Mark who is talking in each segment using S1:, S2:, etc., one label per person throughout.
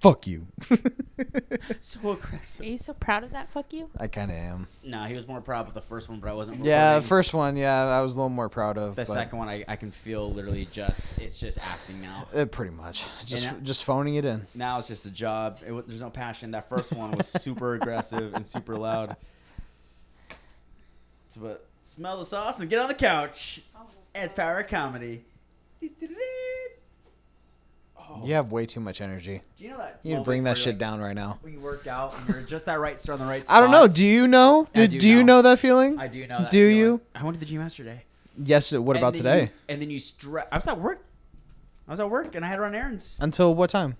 S1: fuck you.
S2: so aggressive.
S3: Are you so proud of that? Fuck you.
S1: I kind of am.
S2: No, he was more proud of the first one, but I
S1: Yeah,
S2: wasn't.
S1: the
S2: rewarding.
S1: first one, yeah, I was a little more proud of.
S2: The
S1: but
S2: second one, I, I can feel literally just it's just acting now.
S1: uh, pretty much, just
S2: And uh, I-
S1: just phoning it in.
S2: Now it's just a job. It, wa- there's no passion. That first one was super aggressive and super loud. So, but smell the sauce and get on the couch. It's power comedy. Oh,
S1: You have way too much energy.
S2: Do you know that?
S1: You need to
S2: moment
S1: bring
S2: where
S1: that
S2: you're
S1: shit
S2: like-
S1: down right now.
S2: When you work out, and you're just that right star on the right.
S1: I don't know.
S2: spots?
S1: Do you know?
S2: I
S1: Did,
S2: do
S1: do you
S2: know.
S1: know that feeling?
S2: I do know. That
S1: Do
S2: feeling.
S1: you?
S2: I went to the gym yesterday.
S1: Yes. What
S2: And
S1: about
S2: then you-
S1: today?
S2: and then you stre I was at work. I was at work and I had to run errands.
S1: Until what time?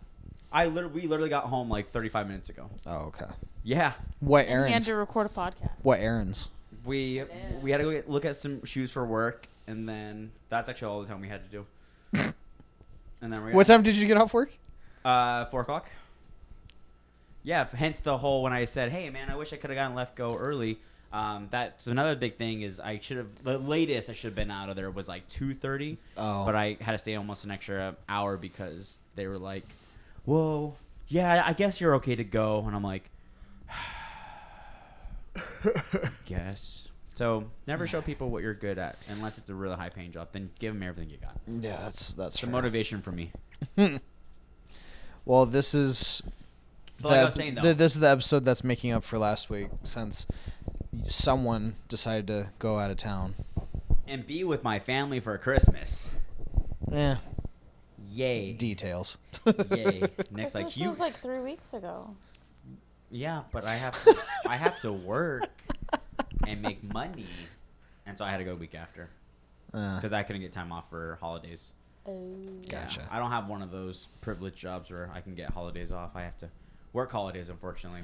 S2: I literally, we literally got home like 35 minutes ago.
S1: Oh, okay.
S2: Yeah,
S1: What
S3: And he had
S1: errands?
S3: to record a podcast.
S1: What errands?
S2: we we had to go get, look at some shoes for work, and then that's actually all the time we had to do. and then we got,
S1: What time did you get off work?
S2: Uh, four o'clock. Yeah, hence the whole when I said, "Hey, man, I wish I could have gotten left go early." Um, that's another big thing is I should have the latest I should have been out of there was like two thirty.
S1: Oh.
S2: but I had to stay almost an extra hour because they were like, "Well, yeah, I guess you're okay to go," and I'm like, "Guess." So never show people what you're good at unless it's a really high paying job. Then give them everything you got.
S1: Yeah, that's that's
S2: It's a
S1: fair. Hmm.
S2: motivation for me.
S1: Well, this is
S2: But like I
S1: the-
S2: was saying though,
S1: th- this is the episode that's making up for last week since someone decided to go out of town.
S2: and be with my family for Christmas.
S1: Yeah.
S2: Yay!
S1: Details.
S2: Yay! Next, like
S3: Christmas
S2: you.
S3: was like three weeks ago.
S2: yeah, but I have to, I have to work and make money, and so I had to go a week after
S1: Uh,
S2: because I couldn't get time off for holidays.
S3: Oh.
S2: Yeah,
S1: Gotcha.
S2: I don't have one of those privileged jobs where I can get holidays off. I have to work holidays, unfortunately.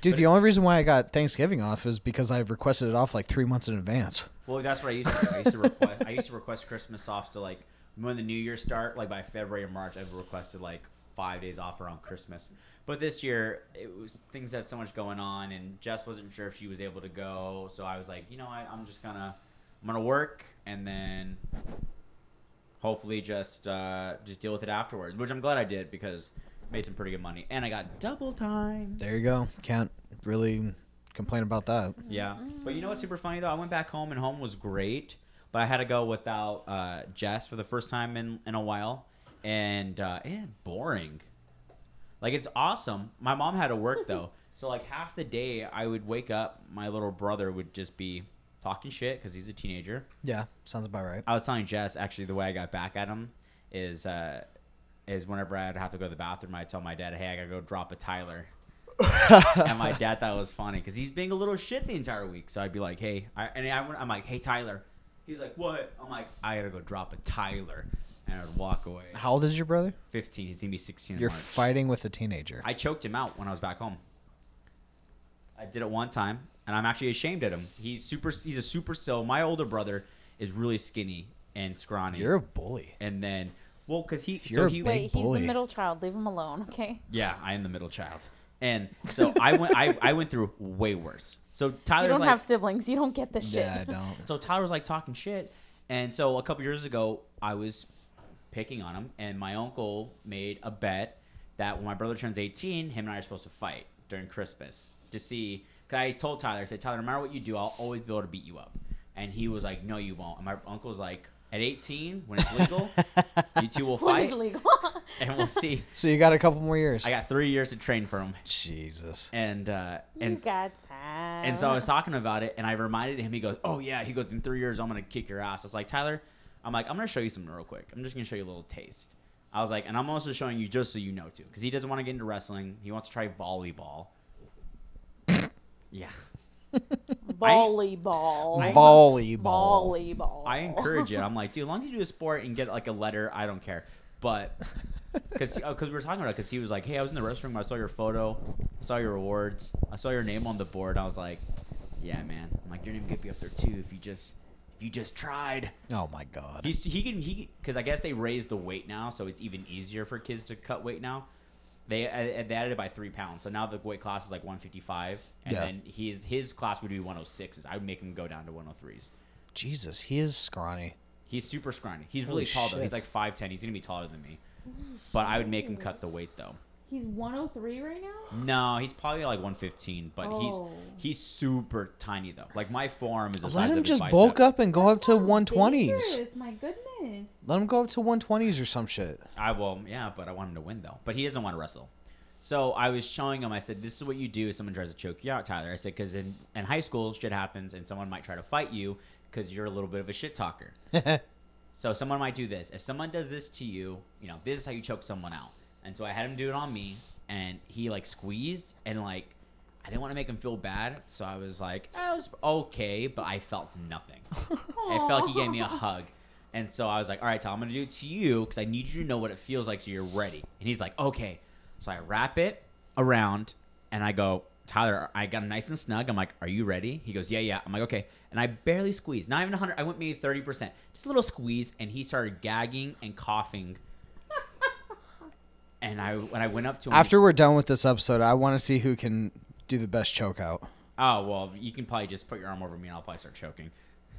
S1: dude,
S2: but
S1: the
S2: it-
S1: only reason why I got Thanksgiving off is because I've requested it off like three months in advance.
S2: Well, that's what I used to. do. I used to request. I used to request Christmas off. So like when the New Year start, like by February or March, I've requested like five days off around Christmas. But this year, it was things had so much going on, and Jess wasn't sure if she was able to go. So I was like, you know what? I'm just gonna, I'm gonna work, and then hopefully just uh, just deal with it afterwards. Which I'm glad I did because I made some pretty good money, and I got double time.
S1: There you go. Can't really complain about that.
S2: Yeah. But you know what's super funny though? I went back home and home was great, but I had to go without uh, Jess for the first time in, in a while, and uh, and boring. Like it's awesome. My mom had to work though, so like half the day I would wake up, my little brother would just be talking shit because he's a teenager.
S1: Yeah, sounds about right.
S2: I was telling Jess actually the way I got back at him is uh, is whenever I'd have to go to the bathroom, I'd tell my dad, "Hey, I gotta go drop a Tyler." and my dad thought it was funny because he's being a little shit the entire week. So I'd be like, "Hey," I, and I went, I'm like, "Hey, Tyler." He's like, "What?" I'm like, "I gotta go drop a Tyler," and I'd walk away.
S1: How old is your brother?
S2: 15. He's gonna be 16. in
S1: You're
S2: March.
S1: fighting with a teenager.
S2: I choked him out when I was back home. I did it one time, and I'm actually ashamed at him. He's super. He's a super. So my older brother is really skinny and scrawny
S1: You're a bully.
S2: and then well because he
S1: You're
S2: so
S1: a
S2: he
S1: big-
S3: Wait, he's
S1: bully.
S3: the middle child. Leave him alone, okay?
S2: yeah i am the middle child and so i went I, I went through way worse so
S3: You
S2: tyler's
S3: don't
S2: like
S3: have siblings. You don't get the shit.
S1: Yeah, I don't.
S2: so tyler was like talking shit and so a couple years ago i was picking on him and my uncle made a bet that when my brother turns 18 him and i are supposed to fight during christmas to see because i told tyler i said tyler no matter what you do i'll always be able to beat you up and he was like no you won't and my uncle's like at 18 when it's legal you two will
S3: When
S2: fight
S3: it's legal.
S2: and we'll see
S1: So you got a couple more years.
S2: I got three years to train for him,
S1: Jesus.
S2: and uh,
S3: you
S2: and
S3: got time.
S2: and so I was talking about it, and I reminded him. He goes, "Oh yeah," he goes, "In three years, I'm gonna kick your ass." I was like, Tyler, I'm like, I'm gonna show you something real quick. I'm just gonna show you a little taste. I was like, and I'm also showing you just so you know too, because he doesn't want to get into wrestling. He wants to try volleyball. yeah,
S3: volleyball.
S2: I-
S1: Volleyball.
S3: volleyball.
S2: I encourage it. I'm like, dude, as long as you do a sport and get like a letter, I don't care. But because we were talking about it, because he was like, hey, I was in the restroom, I saw your photo, I saw your awards, I saw your name on the board. I was like, yeah, man. I'm like, your name could be up there too if you just if you just tried.
S1: Oh my God.
S2: He's, he can he because I guess they raised the weight now, so it's even easier for kids to cut weight now. They uh, they added it by three pounds, so now the weight class is like 155, and
S1: Yeah.
S2: then his his class would be 106s. I would make him go down to 103s.
S1: Jesus, he is scrawny.
S2: He's super scrawny. He's
S1: Holy
S2: really tall though.
S1: shit.
S2: He's like five ten. He's gonna be taller than me. But I would make him cut the weight though.
S3: He's 103 right now.
S2: No, he's probably like 115, but
S3: Oh.
S2: he's he's super tiny though. Like my forearm is. The
S1: Let
S2: size
S1: him
S2: of his
S1: just
S2: bicep.
S1: bulk up and go
S3: That
S1: up to
S3: sounds
S1: 120s.
S3: dangerous, My goodness.
S1: Let him go up to 120s or some shit.
S2: I will, yeah, but I want him to win though. But he doesn't want to wrestle. So I was showing him. I said, "This is what you do if someone tries to choke you out, Tyler." I said, "Because in in high school, shit happens, and someone might try to fight you because you're a little bit of a shit talker. so someone might do this. If someone does this to you, you know, this is how you choke someone out. And so I had him do it on me, and he like squeezed and like. I didn't want to make him feel bad, so I was like, "I was okay," but I felt nothing. I felt like he gave me a hug. And so I was like, all right, Tom, I'm going to do it to you because I need you to know what it feels like so you're ready. And he's like, okay. So I wrap it around and I go, Tyler, I got him nice and snug. I'm like, are you ready? He goes, yeah, yeah. I'm like, okay. And I barely squeezed, not even 100. I went maybe 30%, just a little squeeze. And he started gagging and coughing. and I when I went up to him,
S1: After we're done with this episode, I want to see who can do the best choke out.
S2: oh, well, you can probably just put your arm over me and I'll probably start choking.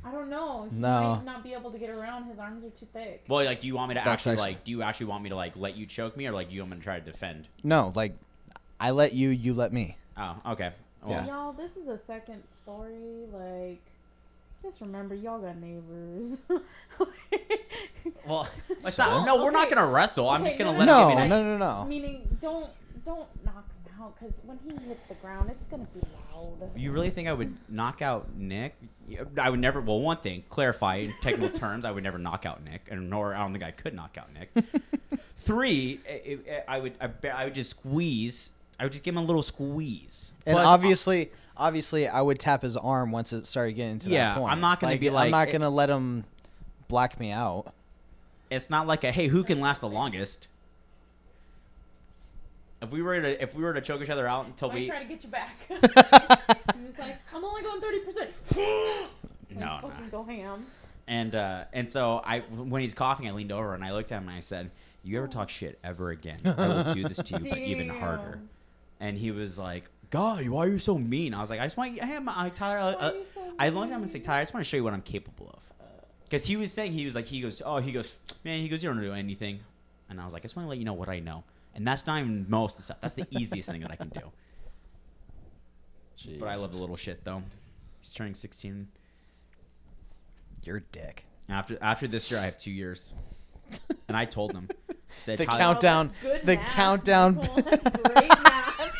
S3: I don't know. He
S1: No.
S3: might not be able to get around. His arms are too thick.
S2: Well, like, do you want me to
S1: That's
S2: actually,
S1: actually-
S2: like, do you actually want me to, like, let you choke me or, like, you want me to try to defend?
S1: No, like, I let you, you let me.
S2: Oh, okay.
S1: Yeah.
S2: Well,
S3: Y'all, this is a second story. Like, just remember, y'all got neighbors.
S2: well, it's
S1: So-
S2: not, no, we're not
S3: Okay.
S2: gonna wrestle. I'm
S3: Okay,
S2: just gonna
S3: no,
S2: let
S1: no,
S2: him give me that.
S1: no, no, no.
S3: Meaning, don't don't knock him out because when he hits the ground, it's gonna be loud.
S2: You really think I would knock out Nick? Yeah, I would never. Well, one thing, clarify in technical terms, I would never knock out Nick, and nor I don't think I could knock out Nick. Three, i i I would, I, ba- I would just squeeze. I would just give him a little squeeze.
S1: And
S2: Plus,
S1: obviously, obviously, I would tap his arm once it started getting to
S2: Yeah,
S1: that point.
S2: I'm not gonna be like-
S1: I'm not
S2: it-
S1: gonna let him black me out.
S2: uh, it's not like a hey, who can last the longest? If we were to, if we were to choke each other out until
S3: Might
S2: we,
S3: try to get you back. He's like, I'm only going thirty percent.
S2: no, no,
S3: fucking go ham.
S2: And uh, and so I, when he's coughing, I leaned over and I looked at him and I said, "You ever talk shit ever again? I will do this to you, but even harder."
S3: Damn.
S2: And he was like, "God, why are you so mean?" I was like, "I just want you, hey, I'm, I, Tyler, I,
S3: Why are
S2: uh,
S3: you so Uh.
S2: I looked at him and
S3: mean?"
S2: said, Tyler, I just want to show you what I'm capable of." Because he was saying he was like, he goes, "Oh, he goes, man, he goes, you don't do anything," and I was like, "I just want to let you know what I know." And that's not even most of the stuff. That's the easiest thing that I can do. But I love the
S1: Jesus.
S2: little shit though. He's turning 16
S1: You're a dick.
S2: after after this year, I have two years, and I told them. Said,
S1: The
S2: Tyler,
S1: countdown.
S3: Oh, that's good
S1: the
S3: math,
S1: countdown.
S3: Michael. That's great math.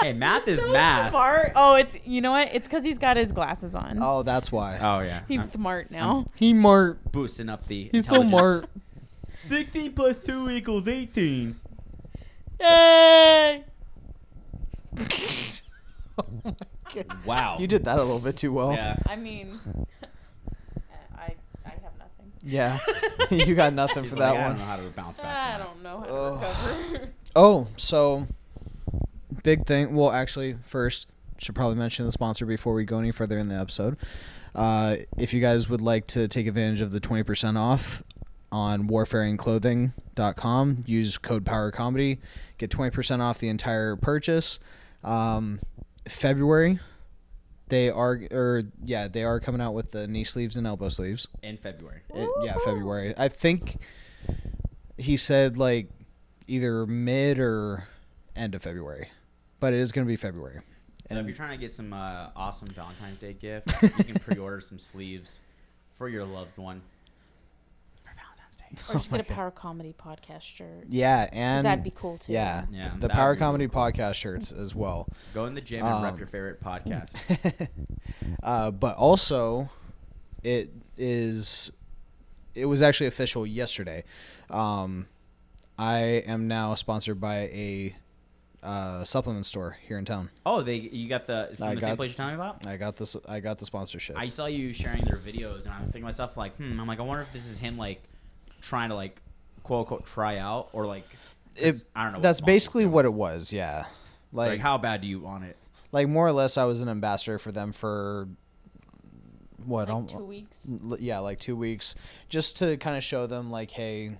S2: Hey, math is
S3: So
S2: math.
S3: Smart. Oh, it's you know what? It's because he's got his glasses on.
S1: oh, that's why.
S2: Oh yeah,
S3: He's
S2: I'm
S3: smart now.
S1: he mart.
S2: boosting up the.
S1: He's so mart.
S2: Sixteen plus two equals eighteen.
S3: Yay!
S1: oh my God.
S2: Wow.
S1: You did that a little bit too well.
S2: Yeah.
S3: I mean, I I have nothing.
S1: Yeah. you got nothing
S2: He's
S1: for that
S2: like, I
S1: one.
S2: don't know how to bounce back.
S3: I
S2: from
S3: don't know how to
S1: Ugh.
S3: recover.
S1: Oh, so big thing. Well, actually, first should probably mention the sponsor before we go any further in the episode. Uh, if you guys would like to take advantage of the 20% off on warfaringclothing.com, use code POWERCOMEDY, get 20% off the entire purchase. Um, February, they are, or yeah, they are coming out with the knee sleeves and elbow sleeves
S2: that. In February.
S1: it, yeah
S3: Ooh.
S1: february i think he said like either mid or end of february but it is going to be february
S2: So if
S1: and
S2: you're trying to get some uh, awesome Valentine's Day gift, you can pre-order some sleeves for your loved one for Valentine's Day.
S3: Or just get a power comedy podcast shirt.
S1: yeah and
S3: that'd be cool too.
S1: yeah, th-
S2: Yeah,
S1: the
S2: that
S1: power
S2: would be
S1: comedy
S2: really cool.
S1: podcast shirts as well
S2: Go in the gym and rep
S1: Um,
S2: your favorite podcast.
S1: uh, but also it is it was actually official yesterday um, i am now sponsored by a uh, supplement store here in town
S2: Oh, they you got the from
S1: I
S2: the
S1: got-
S2: same place you're talking about?
S1: i got this i got the sponsorship
S2: I saw you sharing their videos, and I was thinking to myself, like, hmm, I'm like, I wonder if this is him, like, trying to, like, quote unquote, try out, or, like, 'cause
S1: It-
S2: I don't know. what
S1: That's
S2: the monster's
S1: basically
S2: doing.
S1: what it was, yeah.
S2: Like,
S1: Like,
S2: how bad do you want it?
S1: like more or less, I was an ambassador for them for what?
S3: Like
S1: almo-
S3: two weeks.
S1: l- yeah, like two weeks, just to kind of show them, like, hey,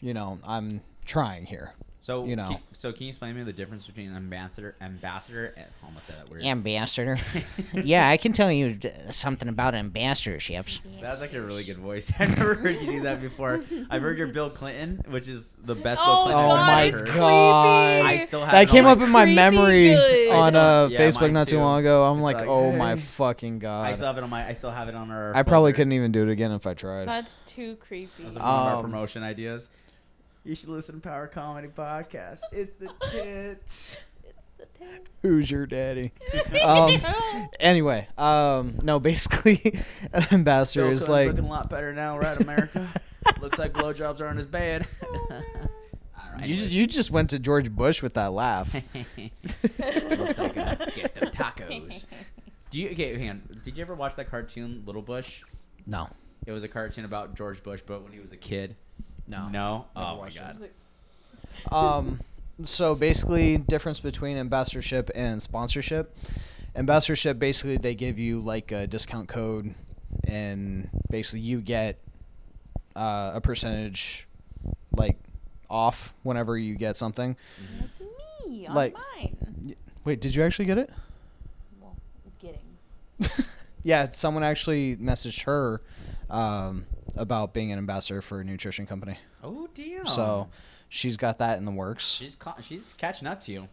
S1: you know, I'm trying here.
S2: So
S1: You know.
S2: can, so can you explain to me the difference between an ambassador, ambassador, and I almost said that word.
S4: Ambassador. yeah, I can tell you d- something about ambassadorships.
S1: Mm.
S2: That was like a really good voice. I've never heard you do that before. I've heard your Bill Clinton, which is the best Bill
S3: Oh,
S2: Clinton.
S1: God,
S2: I've
S1: it's
S2: ever
S1: God.
S2: heard. I still have.
S1: That came up
S3: It's
S1: in my
S3: creepy
S1: memory
S3: good.
S1: on uh,
S2: Yeah,
S1: Facebook
S2: mine
S1: not too
S2: too.
S1: long ago. I'm
S2: It's
S1: like,
S2: like,
S1: oh my
S2: hey.
S1: fucking
S2: I
S1: god.
S2: still have it on my. I still have it on our.
S1: I probably
S2: folder.
S1: couldn't even do it again if I tried.
S3: That's too creepy.
S2: That was one of our
S1: Um,
S2: promotion ideas. You should listen to Power Comedy Podcast. It's the tits.
S3: It's the
S1: Who's your daddy?
S3: tail.
S1: Um, Anyway, um, no, basically, an ambassador
S2: Bill
S1: is
S2: Clinton
S1: like
S2: looking a lot better now, right, America? Looks like blowjobs aren't as bad. All right,
S1: you.
S2: anyways.
S1: You just went to George Bush with that laugh.
S2: Looks like I get them tacos. Do you okay? Hang on. Did you ever watch that cartoon Little Bush?
S1: No,
S2: It was a cartoon about George Bush, but when he was a kid.
S1: no,
S2: No. Oh my
S1: watched it.
S2: god.
S1: um, so basically, difference between ambassadorship and sponsorship. Ambassadorship basically they give you like a discount code, and basically you get uh, a percentage like off whenever you get something.
S3: Like me on
S1: Like-
S3: mine.
S1: Wait, did you actually get it?
S3: Well, getting.
S1: yeah, someone actually messaged her um, about being an ambassador for a nutrition company.
S2: Oh damn.
S1: So she's got that in the works.
S2: she's ca- she's catching up to you.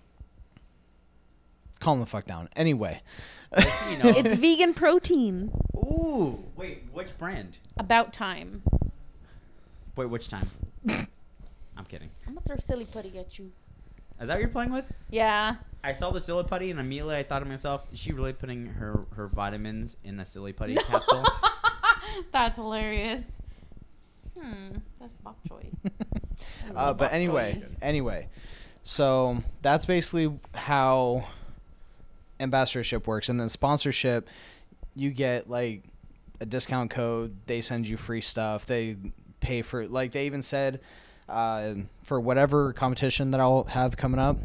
S1: Calm the fuck down. Anyway,
S2: Next thing you know-
S3: It's vegan protein.
S2: Ooh. Wait, which brand?
S3: About time.
S2: Wait, which time? I'm kidding.
S3: I'm gonna throw silly putty at you.
S2: Is that what you're playing with?
S3: Yeah.
S2: I saw the silly putty and immediately I thought to myself, is she really putting her, her vitamins in a silly putty capsule?
S3: That's hilarious. Hmm. That's bok choy.
S1: uh, but anyway, anyway, so that's basically how ambassadorship works, and then sponsorship, you get like a discount code. They send you free stuff. They pay for like they even said uh, for whatever competition that I'll have coming up,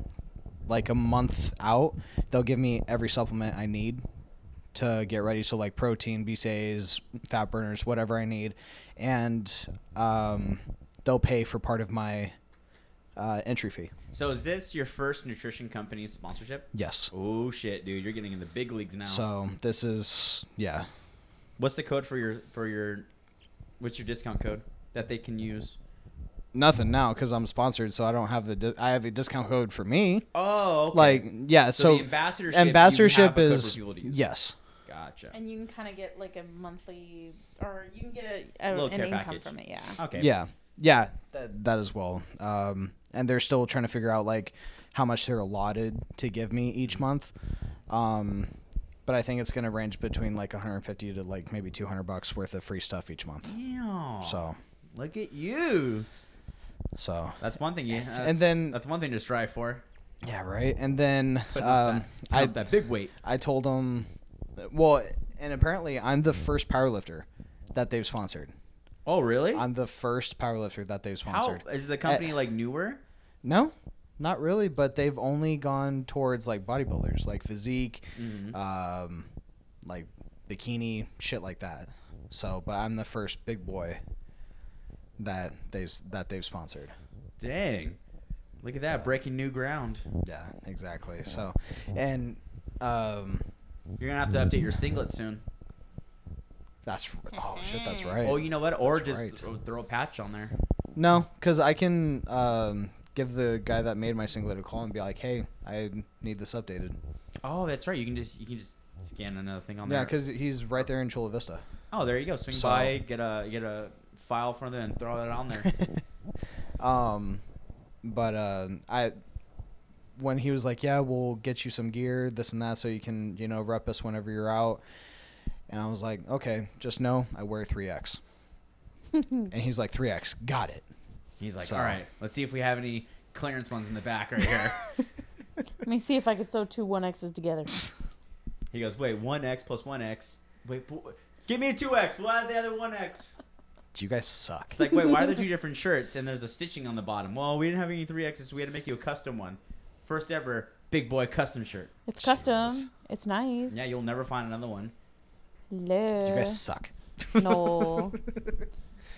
S1: like a month out, they'll give me every supplement I need to get ready. So like protein, BCAAs, fat burners, whatever I need, and um, they'll pay for part of my uh, entry fee.
S2: So is this your first nutrition company sponsorship?
S1: Yes.
S2: Oh shit, dude, you're getting in the big leagues now.
S1: So this is yeah.
S2: What's the code for your for your what's your discount code that they can use?
S1: Nothing now because I'm sponsored, so I don't have the. Di- I have a discount code for me.
S2: Oh, okay.
S1: Like yeah,
S2: So
S1: so,
S2: the ambassadorship, you have a
S1: ambassadorship
S2: code for
S1: is
S2: people to use.
S1: yes.
S2: Gotcha.
S3: And you can kind of get like a monthly, or you can get a, a
S2: Little
S3: an
S2: care
S3: income
S2: package.
S3: from it. Yeah.
S2: Okay.
S1: Yeah, yeah, that, that as well. Um, and they're still trying to figure out like how much they're allotted to give me each month. Um, but I think it's going to range between like 150 to like maybe 200 bucks worth of free stuff each month.
S2: Damn.
S1: So,
S2: look at you.
S1: so
S2: That's one thing. You, that's,
S1: then-
S2: that's one thing to strive for.
S1: yeah, right. And then
S2: But not
S1: um,
S2: that,
S1: I
S2: not that big weight.
S1: I told them, well, and apparently I'm the first powerlifter that they've sponsored.
S2: Oh, really?
S1: I'm the first powerlifter that they've
S2: How
S1: sponsored. Eh.
S2: is the company like newer?
S1: No, not really. But they've only gone towards like bodybuilders, like physique,
S2: Mhm.
S1: um, like bikini shit like that. So, but I'm the first big boy that they s- that they've sponsored.
S2: Dang. Look at that, breaking new ground.
S1: Yeah, exactly. So, and um,
S2: You're gonna have to update your singlet soon.
S1: that's oh shit, that's right.
S2: Oh, you know what? Or
S1: That's
S2: just
S1: right.
S2: throw, throw a patch on there.
S1: No, because I can um, give the guy that made my singlet a call and be like, "Hey, I need this updated."
S2: Oh, that's right. You can just you can just scan another thing on
S1: Yeah,
S2: there.
S1: because he's right there in Chula Vista.
S2: oh, there you go. Swing
S1: So-
S2: by, get a get a file from them, and throw that on there.
S1: um, but uh, I, when he was like, "Yeah, we'll get you some gear, this and that, so you can you know rep us whenever you're out," and I was like, "Okay, just know I wear three X." and he's like, three X, got it.
S2: He's like,
S1: So-
S2: all right, let's see if we have any clearance ones in the back right here.
S3: Let me see if I could sew two one X's together.
S2: he goes, wait, one X plus one X. Wait, bo- give me a two X. Why the other one X?
S1: You guys suck.
S2: It's like, wait, why are there two different shirts and there's a stitching on the bottom? Well, we didn't have any three X's, so we had to make you a custom one. First ever big boy custom shirt.
S3: It's custom.
S1: Jesus.
S3: It's nice.
S2: Yeah, you'll never find another one.
S3: Hello.
S1: you guys suck.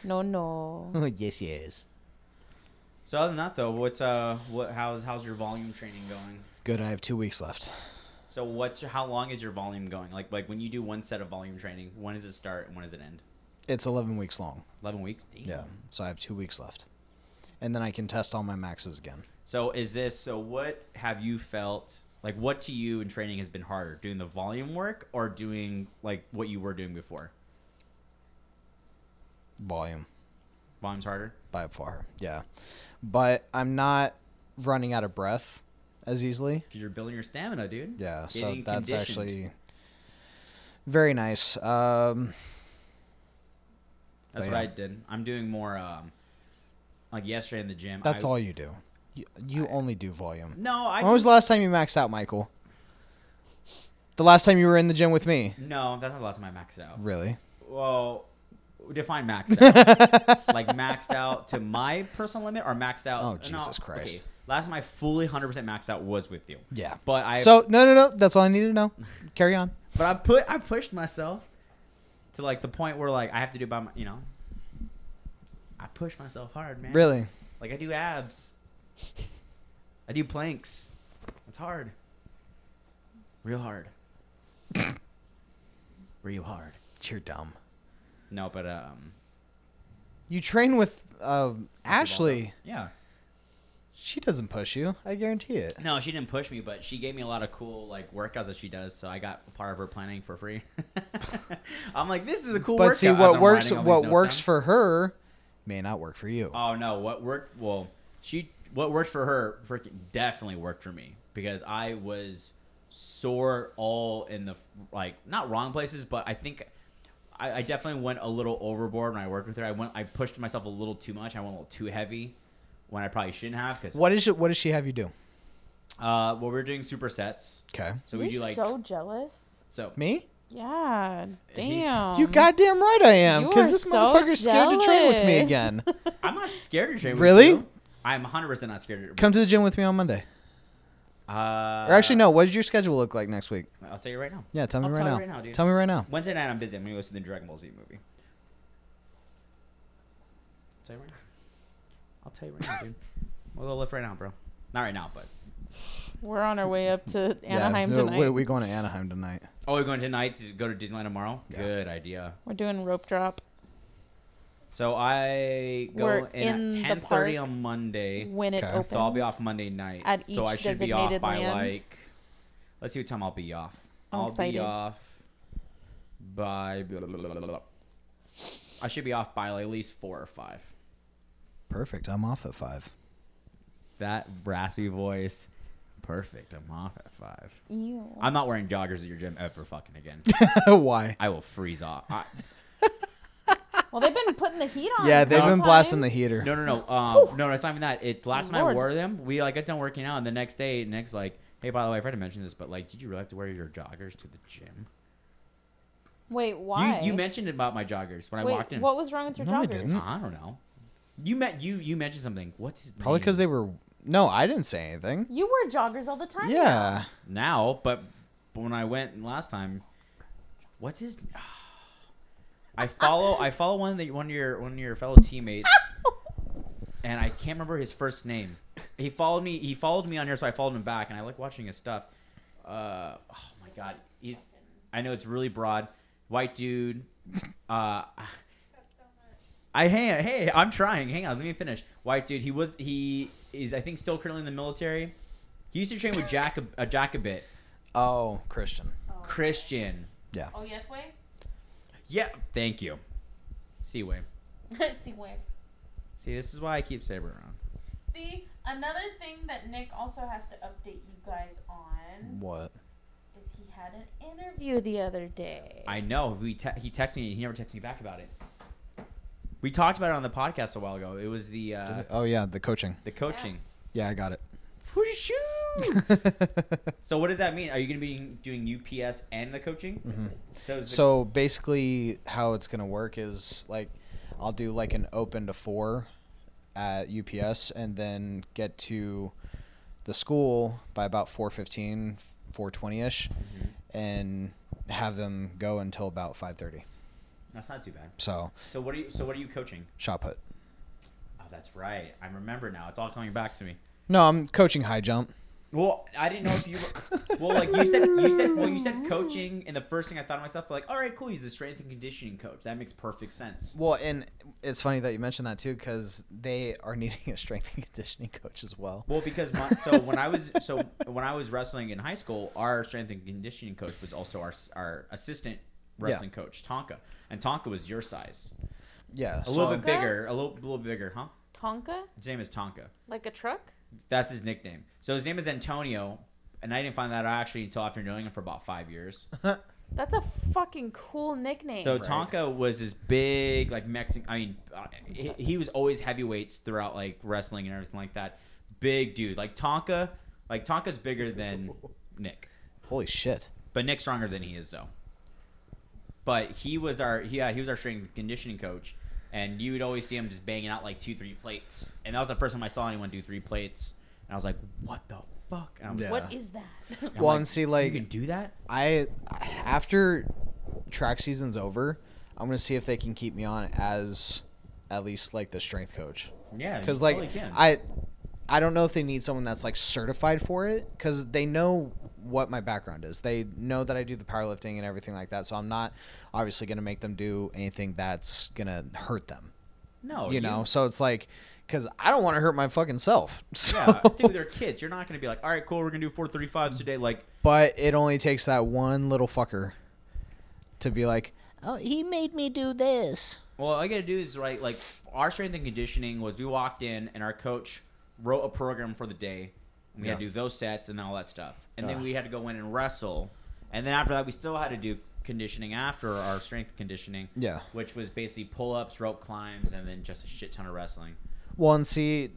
S3: No. no, no.
S1: yes, yes.
S2: So other than that though, what's uh what how's how's your volume training going?
S1: Good. I have two weeks left.
S2: So what's your, how long is your volume going? Like like when you do one set of volume training, when does it start and when does it end?
S1: It's 11 weeks long.
S2: Eleven weeks. Damn.
S1: Yeah. So I have two weeks left. And then I can test all my maxes again.
S2: So is this so what have you felt like what to you in training has been harder, doing the volume work or doing like what you were doing before?
S1: Volume
S2: Volume's harder?
S1: by far. Yeah. But I'm not running out of breath as easily.
S2: Cuz you're building your stamina, dude.
S1: Yeah, so
S2: Getting
S1: that's
S2: conditioned.
S1: actually very nice. Um,
S2: That's
S1: Oh,
S2: what I
S1: yeah.
S2: did. I'm doing more um like yesterday in the gym.
S1: that's
S2: I,
S1: all you do. You, you only do volume.
S2: No, I
S1: when was
S2: do-
S1: the last time you maxed out, Michael? The last time you were in the gym with me?
S2: No, that's not the last time I maxed out.
S1: Really?
S2: Well, define maxed out. like maxed out to my personal limit or maxed out.
S1: Oh,
S2: no,
S1: Jesus Christ.
S2: Last time I fully 100% maxed out was with you.
S1: Yeah.
S2: But I
S1: so no, no, no. That's all I needed to know. Carry on.
S2: but I put I pushed myself to like the point where like I have to do by my, you know. I push myself hard, man.
S1: Really?
S2: Like I do abs. I do planks. It's hard. Real hard. Real hard.
S1: You're dumb.
S2: No, but um
S1: You train with uh, Ashley.
S2: Yeah.
S1: She doesn't push you. I guarantee it.
S2: No, she didn't push me, but she gave me a lot of cool like workouts that she does. So I got part of her planning for free. I'm like, this is a cool.
S1: But
S2: workout
S1: see,
S2: as
S1: what
S2: I'm
S1: works,
S2: writing all these
S1: what
S2: notes
S1: works
S2: down.
S1: for her, may not work for you.
S2: Oh no, what worked? Well, she what worked for her freaking definitely worked for me because I was sore all in the like not wrong places, but I think I, I definitely went a little overboard when I worked with her. I went, I pushed myself a little too much. I went a little too heavy when I probably shouldn't have because
S1: What is it? What does she have you do?
S2: uh, well, we were doing supersets,
S1: Okay.
S2: so
S3: You're
S2: we do like
S3: so jealous.
S2: so
S1: Me?
S3: Yeah.
S2: he's-
S3: Damn.
S1: you goddamn right I am.
S3: You
S1: Because
S3: are
S1: this
S3: so
S1: motherfucker's scared to train with me
S3: jealous.
S1: again.
S2: I'm not scared to train.
S1: Really?
S2: With you. I'm 100 percent not scared to.
S1: Come to the gym with me on Monday.
S2: Uh,
S1: Or actually, no. What does your schedule look like next week?
S2: I'll tell you right now.
S1: Yeah, tell me
S2: I'll
S1: right
S2: tell you
S1: now.
S2: right now, dude.
S1: Tell me right now.
S2: Wednesday night I'm busy. I'm gonna go see the Dragon Ball Z movie. I'll tell you right now. I'll tell you right now, dude. We'll go lift right now, bro. Not right now, but
S3: We're on our way up to Anaheim
S1: yeah,
S3: tonight.
S1: We,
S3: we,
S1: we going to Anaheim tonight.
S2: oh, we're going tonight to go to Disneyland tomorrow.
S1: Yeah.
S2: Good idea.
S3: are doing rope drop
S2: So I go
S3: We're in the
S2: in at 10:30 on Monday,
S3: when it
S1: Okay.
S3: opens.
S2: so I'll be off Monday night.
S3: At
S2: so
S3: each
S2: I should be off
S3: designated
S2: by
S3: land.
S2: like. Let's see what time I'll be off.
S3: I'm
S2: will be
S3: excited.
S2: off by. blah, blah, blah, blah, blah. I should be off by like at least four or five.
S1: Perfect. I'm off at five.
S2: That raspy voice. Perfect. I'm off at five.
S3: Ew.
S2: I'm not wearing joggers at your gym ever fucking again.
S1: Why?
S2: I will freeze off. I,
S3: Well, they've been putting the heat on.
S1: Yeah, they've
S2: No.
S1: been blasting the heater.
S2: no, no, no. Um, no, no, it's not even that. It's last time I
S3: Oh, Lord.
S2: wore them. We like got done working out, and the next day, Nick's like, "Hey, by the way, I tried to mention this, but like, did you really have to wear your joggers to the gym?
S3: Wait, why?
S2: You, you mentioned about my joggers when
S3: Wait,
S2: I walked in.
S3: what was wrong with your
S1: No, I
S3: joggers?
S1: didn't.
S2: I don't know. You met you. You mentioned something. What's his
S1: Probably
S2: name?
S1: because they were. No, I didn't say anything.
S3: You wear joggers all the time. now.
S1: Yeah.
S2: now, but but when I went last time, what's his? I follow I follow one of the, one of your one of your fellow teammates, and I can't remember his first name. He followed me. He followed me on here, so I followed him back, and I like watching his stuff. Uh, oh my god, he's. I know it's really broad. White dude. Uh, I hey hey I'm trying. Hang on, let me finish. White dude. He was he is I think still currently in the military. He used to train with Jack a uh, Jacobit
S1: Oh, Christian.
S2: Christian.
S1: Yeah.
S3: Oh yes, way.
S2: Yeah, thank you. See way.
S3: See way.
S2: See, this is why I keep Saber around.
S3: See, another thing that Nick also has to update you guys on
S1: What?
S3: is he had an interview the other day.
S2: I know we te- he texted me. He never texted me back about it. We talked about it on the podcast a while ago. It was the uh,
S1: oh yeah, the coaching.
S2: the coaching.
S1: Yeah, I got it.
S2: Whooshoo! so what does that mean? Are you going to be doing UPS and the coaching?
S1: Mhm.
S2: So, it's like-
S1: So basically, how it's gonna work is like, I'll do like an open to four at UPS, and then get to the school by about 4.15, 4.20 ish,
S2: Mm-hmm.
S1: and have them go until about five thirty.
S2: that's not too bad.
S1: So
S2: So what are you? So what are you coaching?
S1: shot put.
S2: Oh, Oh, that's right. I remember now. It's all coming back to me.
S1: No, I'm coaching high jump.
S2: Well, I didn't know if you. Were, well, like you said, you said, well, you said coaching, and the first thing I thought to myself, like, all right, cool, he's a strength and conditioning coach. That makes perfect sense.
S1: Well, and it's funny that you mentioned that too because they are needing a strength and conditioning coach as well.
S2: Well, because my, so when I was so when I was wrestling in high school, our strength and conditioning coach was also our our assistant wrestling coach, Tonka, and Tonka was your size,
S1: Yeah,
S2: a little
S1: so-
S2: bit bigger, a little little bigger, huh?
S3: Tonka?
S2: His name is Tonka.
S3: Like a truck?
S2: That's his nickname. So his name is Antonio, and I didn't find that out actually until after knowing him for about five years.
S3: That's a fucking cool nickname.
S2: So
S1: Right.
S2: Tonka was this big, like Mexican. I mean, uh, he, he was always heavyweights throughout like wrestling and everything like that. Big dude, like Tonka. Like Tonka's bigger than Nick,
S1: Holy shit!
S2: but Nick's stronger than he is though. But he was our yeah he was our strength and conditioning coach, and you would always see him just banging out like two three plates, and that was the first time I saw anyone do three plates, and I was like, what the fuck? And I'm just
S1: Yeah.
S3: What is that?
S2: I'm
S1: well,
S2: like,
S1: and see, like
S2: you can do that.
S1: I after track season's over, I'm gonna see if they can keep me on as at least like the strength coach
S2: Yeah, you
S1: because like
S2: totally can.
S1: I I don't know if they need someone that's like certified for it because they know what my background is. They know that I do the powerlifting and everything like that. So I'm not obviously gonna make them do anything that's gonna hurt them.
S2: no,
S1: you know, so it's like because I don't want to hurt my fucking self. So.
S2: Yeah, dude, they're kids. You're not gonna be like, all right, cool, we're gonna do four thirty fives today. Like,
S1: But it only takes that one little fucker to be like,
S4: Oh, he made me do this.
S2: well, all I gotta do is right. Like, our strength and conditioning was we walked in and our coach wrote a program for the day. And we had to
S1: Yeah.
S2: do those sets and all that stuff, and
S1: Ah.
S2: then we had to go in and wrestle, and then after that, we still had to do conditioning after our strength conditioning,
S1: yeah.
S2: which was basically pull ups, rope climbs, and then just a shit ton of wrestling.
S1: Well, and see,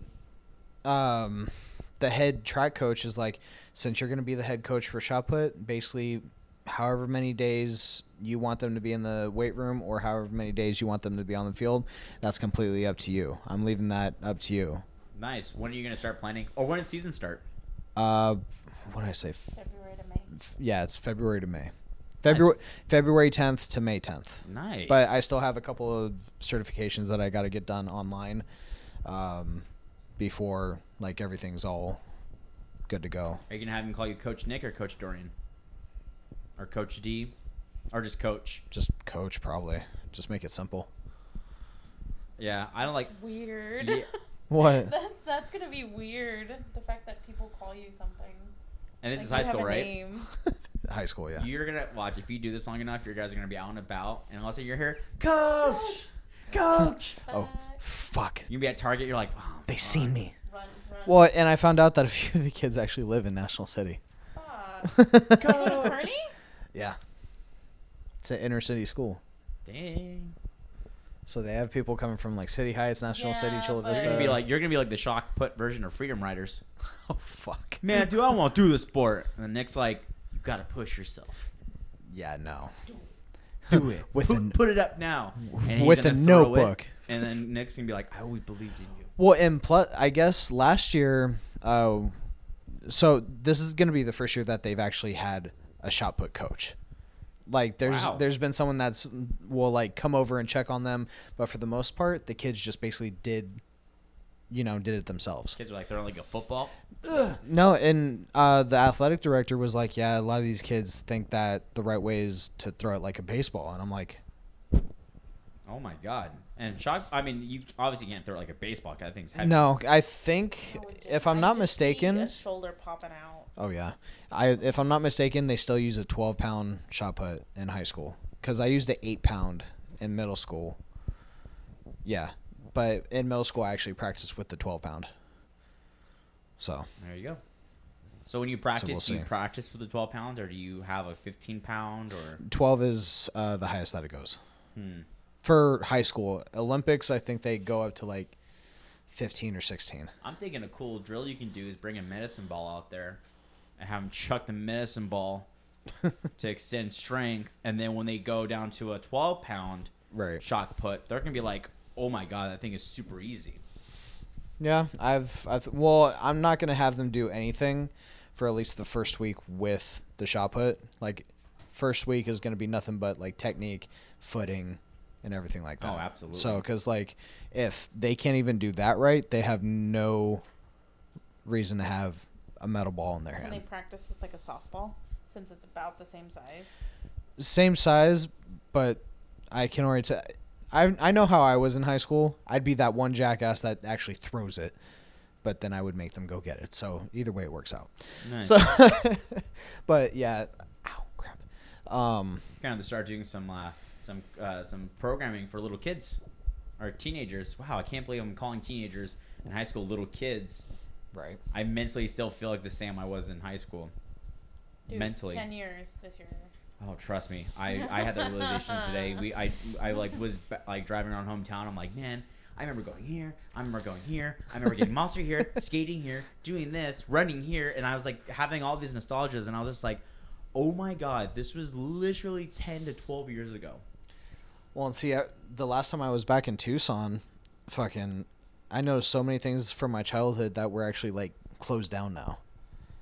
S1: um, the head track coach is like, since you're going to be the head coach for shot put, basically, however many days you want them to be in the weight room or however many days you want them to be on the field, that's completely up to you. I'm leaving that up to you.
S2: Nice. When are you gonna start planning, or when does season start?
S1: Uh, what did I say? F-
S3: February to May.
S1: yeah, it's February to May. February February 10th to May 10th.
S2: Nice.
S1: but I still have a couple of certifications that I got to get done online um, before like everything's all good to go.
S2: Are you gonna have him call you Coach Nick or Coach Dorian, or Coach D, or just Coach?
S1: Just coach probably. Just make it simple.
S2: Yeah, I don't like.
S3: Weird.
S2: Yeah.
S1: What?
S3: That, that's gonna be weird. The fact that people call you something.
S2: And this
S3: Like,
S2: is
S3: you
S2: high
S3: have
S2: school,
S3: a
S2: right?
S3: name.
S1: High school, yeah.
S2: You're gonna watch if you do this long enough. Your guys are gonna be out and about, and all of a sudden you're here, Coach, Coach.
S1: oh,
S3: Fuck.
S1: fuck.
S2: You can be at Target. You're like, oh,
S1: They
S2: fuck.
S1: seen me.
S3: Run, run.
S1: Well, and I found out that a few of the kids actually live in National City.
S3: Fuck. You go to Kearney?
S1: yeah. It's an inner city school.
S2: Dang.
S1: So they have people coming from like City Heights, National City,
S3: Yeah,
S1: Chula
S3: but-
S1: Vista.
S2: You're gonna be like, you're gonna be like the shock put version of Freedom Riders.
S1: oh fuck.
S2: Man, dude, I won't do the sport. And the Nick's like, you gotta push yourself.
S1: Yeah, no.
S2: Do it.
S1: With
S2: put,
S1: an-
S2: put it up now. And he's
S1: With
S2: gonna
S1: a
S2: throw it,
S1: notebook.
S2: And then Nick's gonna be like, I always believed in you.
S1: Well, and plus, I guess last year, uh, so this is going to be the first year that they've actually had a shot put coach. Like there's
S2: Wow.
S1: there's been someone that's will like come over and check on them, but for the most part, the kids just basically did, you know, did it themselves.
S2: Kids are like throwing like a football.
S1: No, and uh, the athletic director was like, "Yeah, a lot of these kids think that the right way is to throw it like a baseball," and I'm like,
S2: Oh my god! And shock. I mean, you obviously can't throw it like a baseball. 'cause That thing's heavy.
S1: "No, I think
S3: No, it didn't.
S1: if I'm
S3: I
S1: not
S3: just see
S1: mistaken,
S3: a shoulder popping out.
S1: Oh yeah, I if I'm not mistaken, they still use a 12 pound shot put in high school because I used a eight pound in middle school. Yeah, but in middle school I actually practiced with the 12 pound. So
S2: There you go. So when you practice,
S1: we'll
S2: do you
S1: see.
S2: practice with a twelve pound, or do you have a fifteen pound, or
S1: 12 is uh, the highest that it goes
S2: hmm.
S1: for high school Olympics. I think they go up to like 15 or 16.
S2: I'm thinking a cool drill you can do is bring a medicine ball out there, and have them chuck the medicine ball to extend strength, and then when they go down to a twelve pound
S1: Right.
S2: shock put, they're gonna be like, "Oh my god, that thing is super easy."
S1: Yeah, I've, I've well, I'm not gonna have them do anything for at least the first week with the shot put. Like, first week is gonna be nothing but like technique, footing, and everything like that.
S2: Oh, absolutely.
S1: So, because like, if they can't even do that right, they have no reason to have a metal ball in their
S3: Can
S1: hand.
S3: they practice with like a softball since it's about the same size?
S1: Same size, but I can already tell. I I know how I was in high school. I'd be that one jackass that actually throws it, but then I would make them go get it. So either way, it works out.
S2: Nice.
S1: So, but yeah, ow, crap. Um,
S2: kind of to start doing some uh, some uh, some programming for little kids or teenagers. Wow, I can't believe I'm calling teenagers in high school little kids.
S1: right.
S2: I mentally still feel like the same I was in high school.
S3: Dude,
S2: mentally.
S3: Ten years this year.
S2: Oh, trust me. I, I had that realization today. We I I like was ba- like driving around hometown. I'm like, man, I remember going here. I remember going here. I remember getting monster here, skating here, doing this, running here, and I was like having all these nostalgias, and I was just like, oh my god, this was literally ten to twelve years ago.
S1: Well, and see, I, the last time I was back in Tucson, fucking, I noticed so many things from my childhood that were actually like closed down now.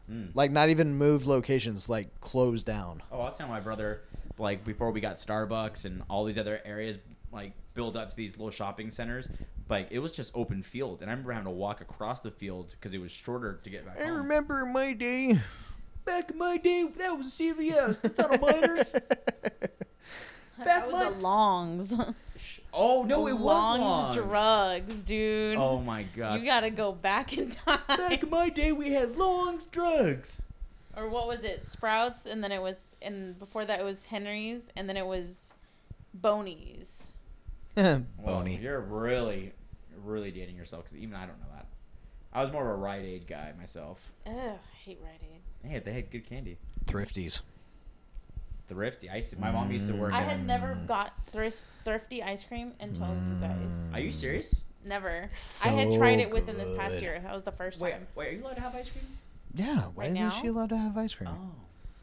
S2: Mm.
S1: Like not even moved locations, like closed down.
S2: Oh, I was telling my brother, like before we got Starbucks and all these other areas, like built up to these little shopping centers. Like it was just open field, and I remember having to walk across the field because it was shorter to get back.
S1: I
S2: home.
S1: remember my day.
S2: back in my day, that was CVS. That's not a miners.
S3: that
S2: Back
S3: was
S2: when-
S3: the longs.
S2: Oh no, it was
S3: longs,
S2: longs.
S3: drugs, dude.
S2: Oh my god.
S3: You gotta go back in time.
S2: back in my day, we had longs drugs.
S3: or what was it? Sprouts, and then it was, and before that it was Henry's, and then it was Boney's.
S2: Well,
S1: Boney.
S2: you're really, really dating yourself because even I don't know that. I was more of a Rite Aid guy myself.
S3: Ugh, I hate Rite Aid.
S2: Hey, they had good candy.
S1: Thrifties.
S2: Thrifty. Mm. I used to, my mom used to work.
S3: I
S2: at-
S3: had never got thris- thrifty ice cream until you guys.
S2: Are you serious?
S3: Never. I had tried
S1: Mm. So
S3: it within this past
S1: good.
S3: year. That was the first
S2: Wait,
S3: time.
S2: wait, are you allowed to have ice cream?
S1: Yeah, why
S3: Right
S1: isn't
S3: now?
S1: she allowed to have ice cream?
S2: Oh,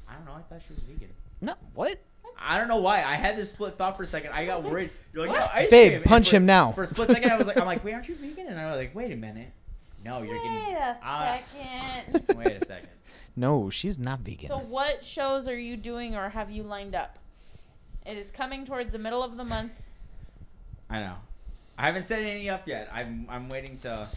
S2: I don't know. I thought she was vegan.
S1: No, what?
S2: I don't know why. I had this split thought for a second. I got worried. You're like, yeah, ice
S1: Babe,
S2: cream. And
S1: punch
S2: for-
S1: him now.
S2: For a split second, I was like, I'm like, wait, aren't you vegan? And I was like, wait a minute. No, you're
S3: Wait
S2: getting.
S3: a
S2: Ah.
S3: second.
S2: Wait a second.
S1: No, she's not vegan.
S3: So, what shows are you doing or have you lined up? It is coming towards the middle of the month.
S2: I know. I haven't set any up yet. I'm I'm waiting to.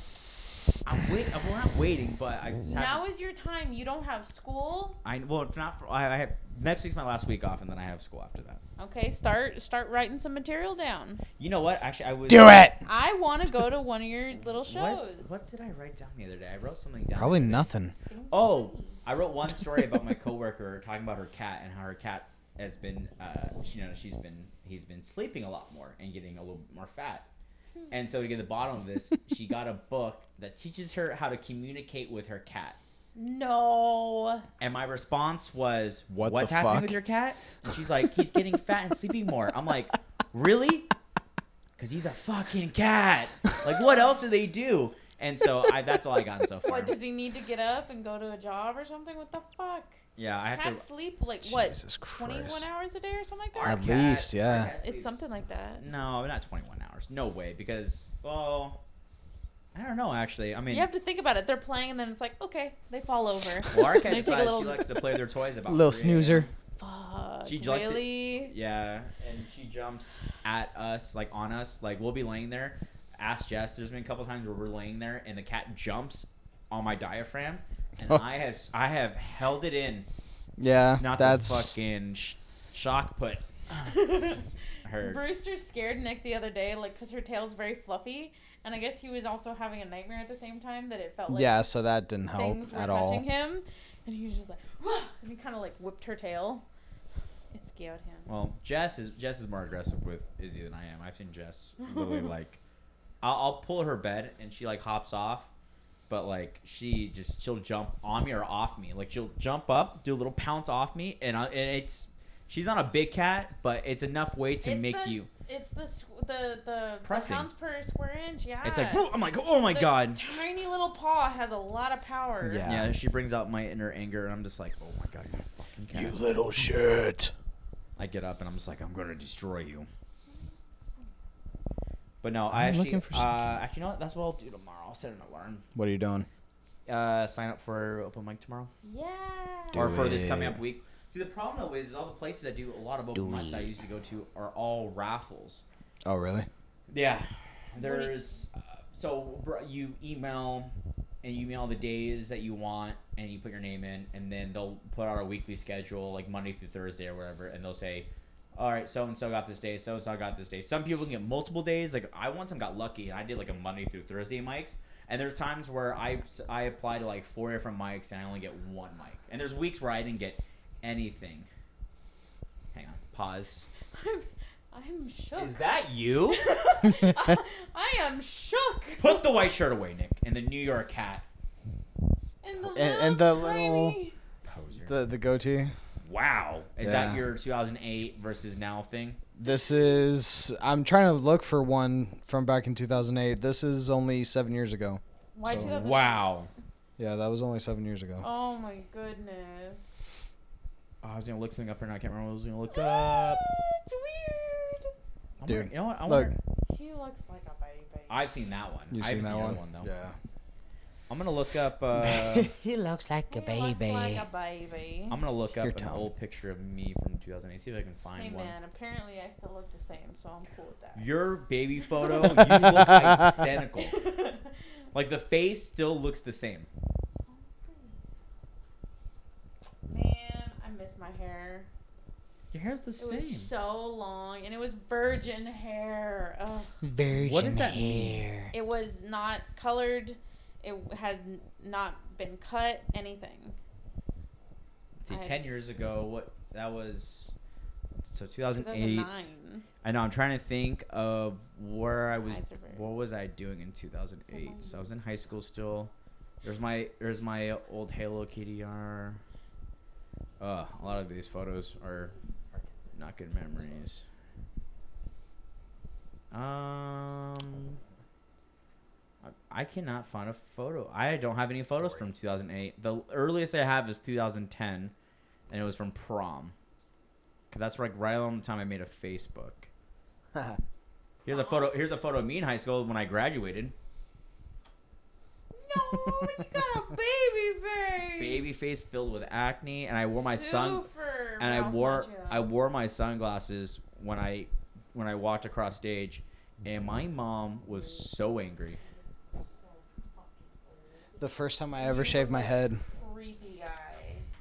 S2: I'm wait. I'm well, not waiting, but I just have.
S3: Now is your time. You don't have school.
S2: I well, it's not. For, I, I have next week's my last week off, and then I have school after that.
S3: Okay, start start writing some material down.
S2: You know what? Actually, I was.
S4: Do it.
S3: I want to go to one of your little
S2: What,
S3: shows.
S2: what did I write down the other day? I wrote something down.
S1: Probably
S2: the other day.
S1: nothing.
S3: Things are
S2: Oh,
S3: funny.
S2: I wrote one story about my coworker talking about her cat and how her cat has been, uh, she- you know, she's been, he's been sleeping a lot more and getting a little bit more fat.
S3: Hmm.
S2: And so to get to the bottom of this, she got a book that teaches her how to communicate with her cat.
S3: No.
S2: And my response was,
S1: What
S2: "What's
S1: the
S2: happening
S1: fuck?"
S2: with your cat?" And she's like, "He's getting fat and sleeping more." I'm like, "Really?" Because he's a fucking cat. Like, what else do they do? And so I, that's all I got so far.
S3: What does he need to get up and go to a job or something? What the fuck?
S2: yeah, I have
S3: Cats
S2: to.
S3: sleep like what?
S1: Jesus
S3: Twenty-one
S1: Christ.
S3: hours a day or something like
S2: Our
S3: that.
S1: At
S2: cat-
S1: least,
S2: our
S1: yeah.
S2: cat
S3: It's
S2: sleeps-
S3: something like that.
S2: No, not 21 hours. No way, because well, I don't know actually. I mean,
S3: You have to think about it. They're playing and then it's like, okay, they fall over.
S2: well, our
S3: They
S2: cat
S3: take a
S2: decides
S3: little-
S2: she likes to play with her toys about
S1: Little
S2: 3
S1: snoozer.
S3: Fuck.
S2: She likes it.
S3: really?
S2: Yeah, and she jumps at us like on us. Like we'll be laying there. Ask Jess. There's been a couple times where we're laying there and the cat jumps on my diaphragm, and
S1: Oh.
S2: I have I have held it in,
S1: Yeah,
S2: not
S1: that's
S2: to fucking sh- shock put her.
S3: Brewster scared Nick the other day, like, because her tail's very fluffy, and I guess he was also having a nightmare at the same time that it felt like
S1: yeah. So that didn't help
S3: things were
S1: at
S3: touching
S1: all.
S3: him, and he was just like, and he kind of like whipped her tail. It scared him.
S2: Well, Jess is Jess is more aggressive with Izzy than I am. I've seen Jess literally like, I'll, I'll pull her bed and she like hops off, but like she just she'll jump on me or off me. Like she'll jump up, do a little pounce off me, and, I, and it's she's not a big cat, but it's enough weight to
S3: It's
S2: make
S3: the-
S2: you.
S3: It's the squ- the the, the
S2: Pressing.
S3: pounds per square inch. Yeah.
S2: It's like "Whoa," I'm like oh my
S3: The
S2: god.
S3: Tiny little paw has a lot of power.
S1: Yeah.
S2: Yeah, she brings out my inner anger, and I'm just like, oh my god, you fucking cat.
S1: little shit.
S2: I get up and I'm just like, I'm gonna destroy you. But no, i
S1: I'm
S2: actually,
S1: looking for something.
S2: uh, actually, you know what? That's what I'll do tomorrow. I'll set an alarm.
S1: What are you doing?
S2: Uh, sign up for open mic tomorrow,
S3: Yeah.
S1: Do
S2: or for this coming
S1: it.
S2: up week. See, the problem though is all the places that do a lot of
S4: Do
S2: open mics I
S4: it.
S2: used to go to are all raffles.
S1: Oh, really?
S2: Yeah, there's uh, so br- you email and you email the days that you want, and you put your name in, and then they'll put out a weekly schedule like Monday through Thursday or whatever, and they'll say, "All right, so and so got this day, so and so got this day." Some people can get multiple days. Like I once I got lucky, and I did like a Monday through Thursday mics. And there's times where I I apply to like four different mics and I only get one mic. And there's weeks where I didn't get anything. Hang on, pause.
S3: I'm, I'm shook.
S2: Is that you?
S3: I, am shook.
S2: Put the white shirt away, Nick, and the New York hat.
S3: And the
S1: And-
S3: little,
S1: and the little-
S3: tiny-
S2: Poser.
S1: The the goatee.
S2: wow. Is
S1: Yeah.
S2: that your 2008 versus now thing?
S1: This is. I'm trying to look for one from back in 2008. This is only seven years ago.
S3: Why
S1: So-
S3: 2000?
S2: Wow.
S1: Yeah, that was only seven years ago.
S3: Oh my goodness.
S2: Oh, I was gonna look something up right now. I can't remember what I was gonna look up.
S3: It's weird.
S2: I
S1: Dude,
S2: wonder- you know what? I
S1: Look,
S2: wonder-
S3: He looks like a baby.
S2: I've seen that one.
S1: you've
S2: I
S1: seen
S2: haven't
S1: that
S2: the
S1: one?
S2: other though.
S1: Yeah.
S2: I'm gonna look up. Uh,
S4: he looks like
S3: he
S4: a baby.
S3: Looks like a baby.
S2: I'm gonna look up
S1: Your
S2: an
S1: tongue.
S2: old picture of me from 2008. See if I can find
S3: hey
S2: one.
S3: man, apparently I still look the same, so I'm cool with that.
S2: Your baby photo, you look identical. Like the face still looks the same.
S3: man, I miss my hair.
S2: Your hair's the
S3: It
S2: same.
S3: was so long, and it was virgin hair. Ugh.
S4: Virgin
S2: What does that mean?
S4: hair.
S3: It was not colored. It had n- not been cut. Anything.
S2: See,
S3: I-
S2: ten years ago, what that was. So 2008.
S3: 2009.
S2: I know. I'm trying to think of where I was.
S3: Eyes are very-
S2: What was I doing in 2008? So, I was in high school still. There's my there's my old Halo KDR. Uh, a lot of these photos are not good memories. Um, I- I cannot find a photo. I don't have any photos from 2008. The earliest I have is 2010, and it was from prom. 'Cause that's like right around the time I made a Facebook. Here's a photo. Here's a photo of me in high school when I graduated.
S3: No, but you got a baby face.
S2: Baby face filled with acne, and I wore my sun
S3: Super
S2: and I
S3: Ralph
S2: wore
S3: Macchio.
S2: I wore my sunglasses when I when I walked across stage, and my mom was so angry.
S1: The first time I ever shaved my head.
S3: creepy guy.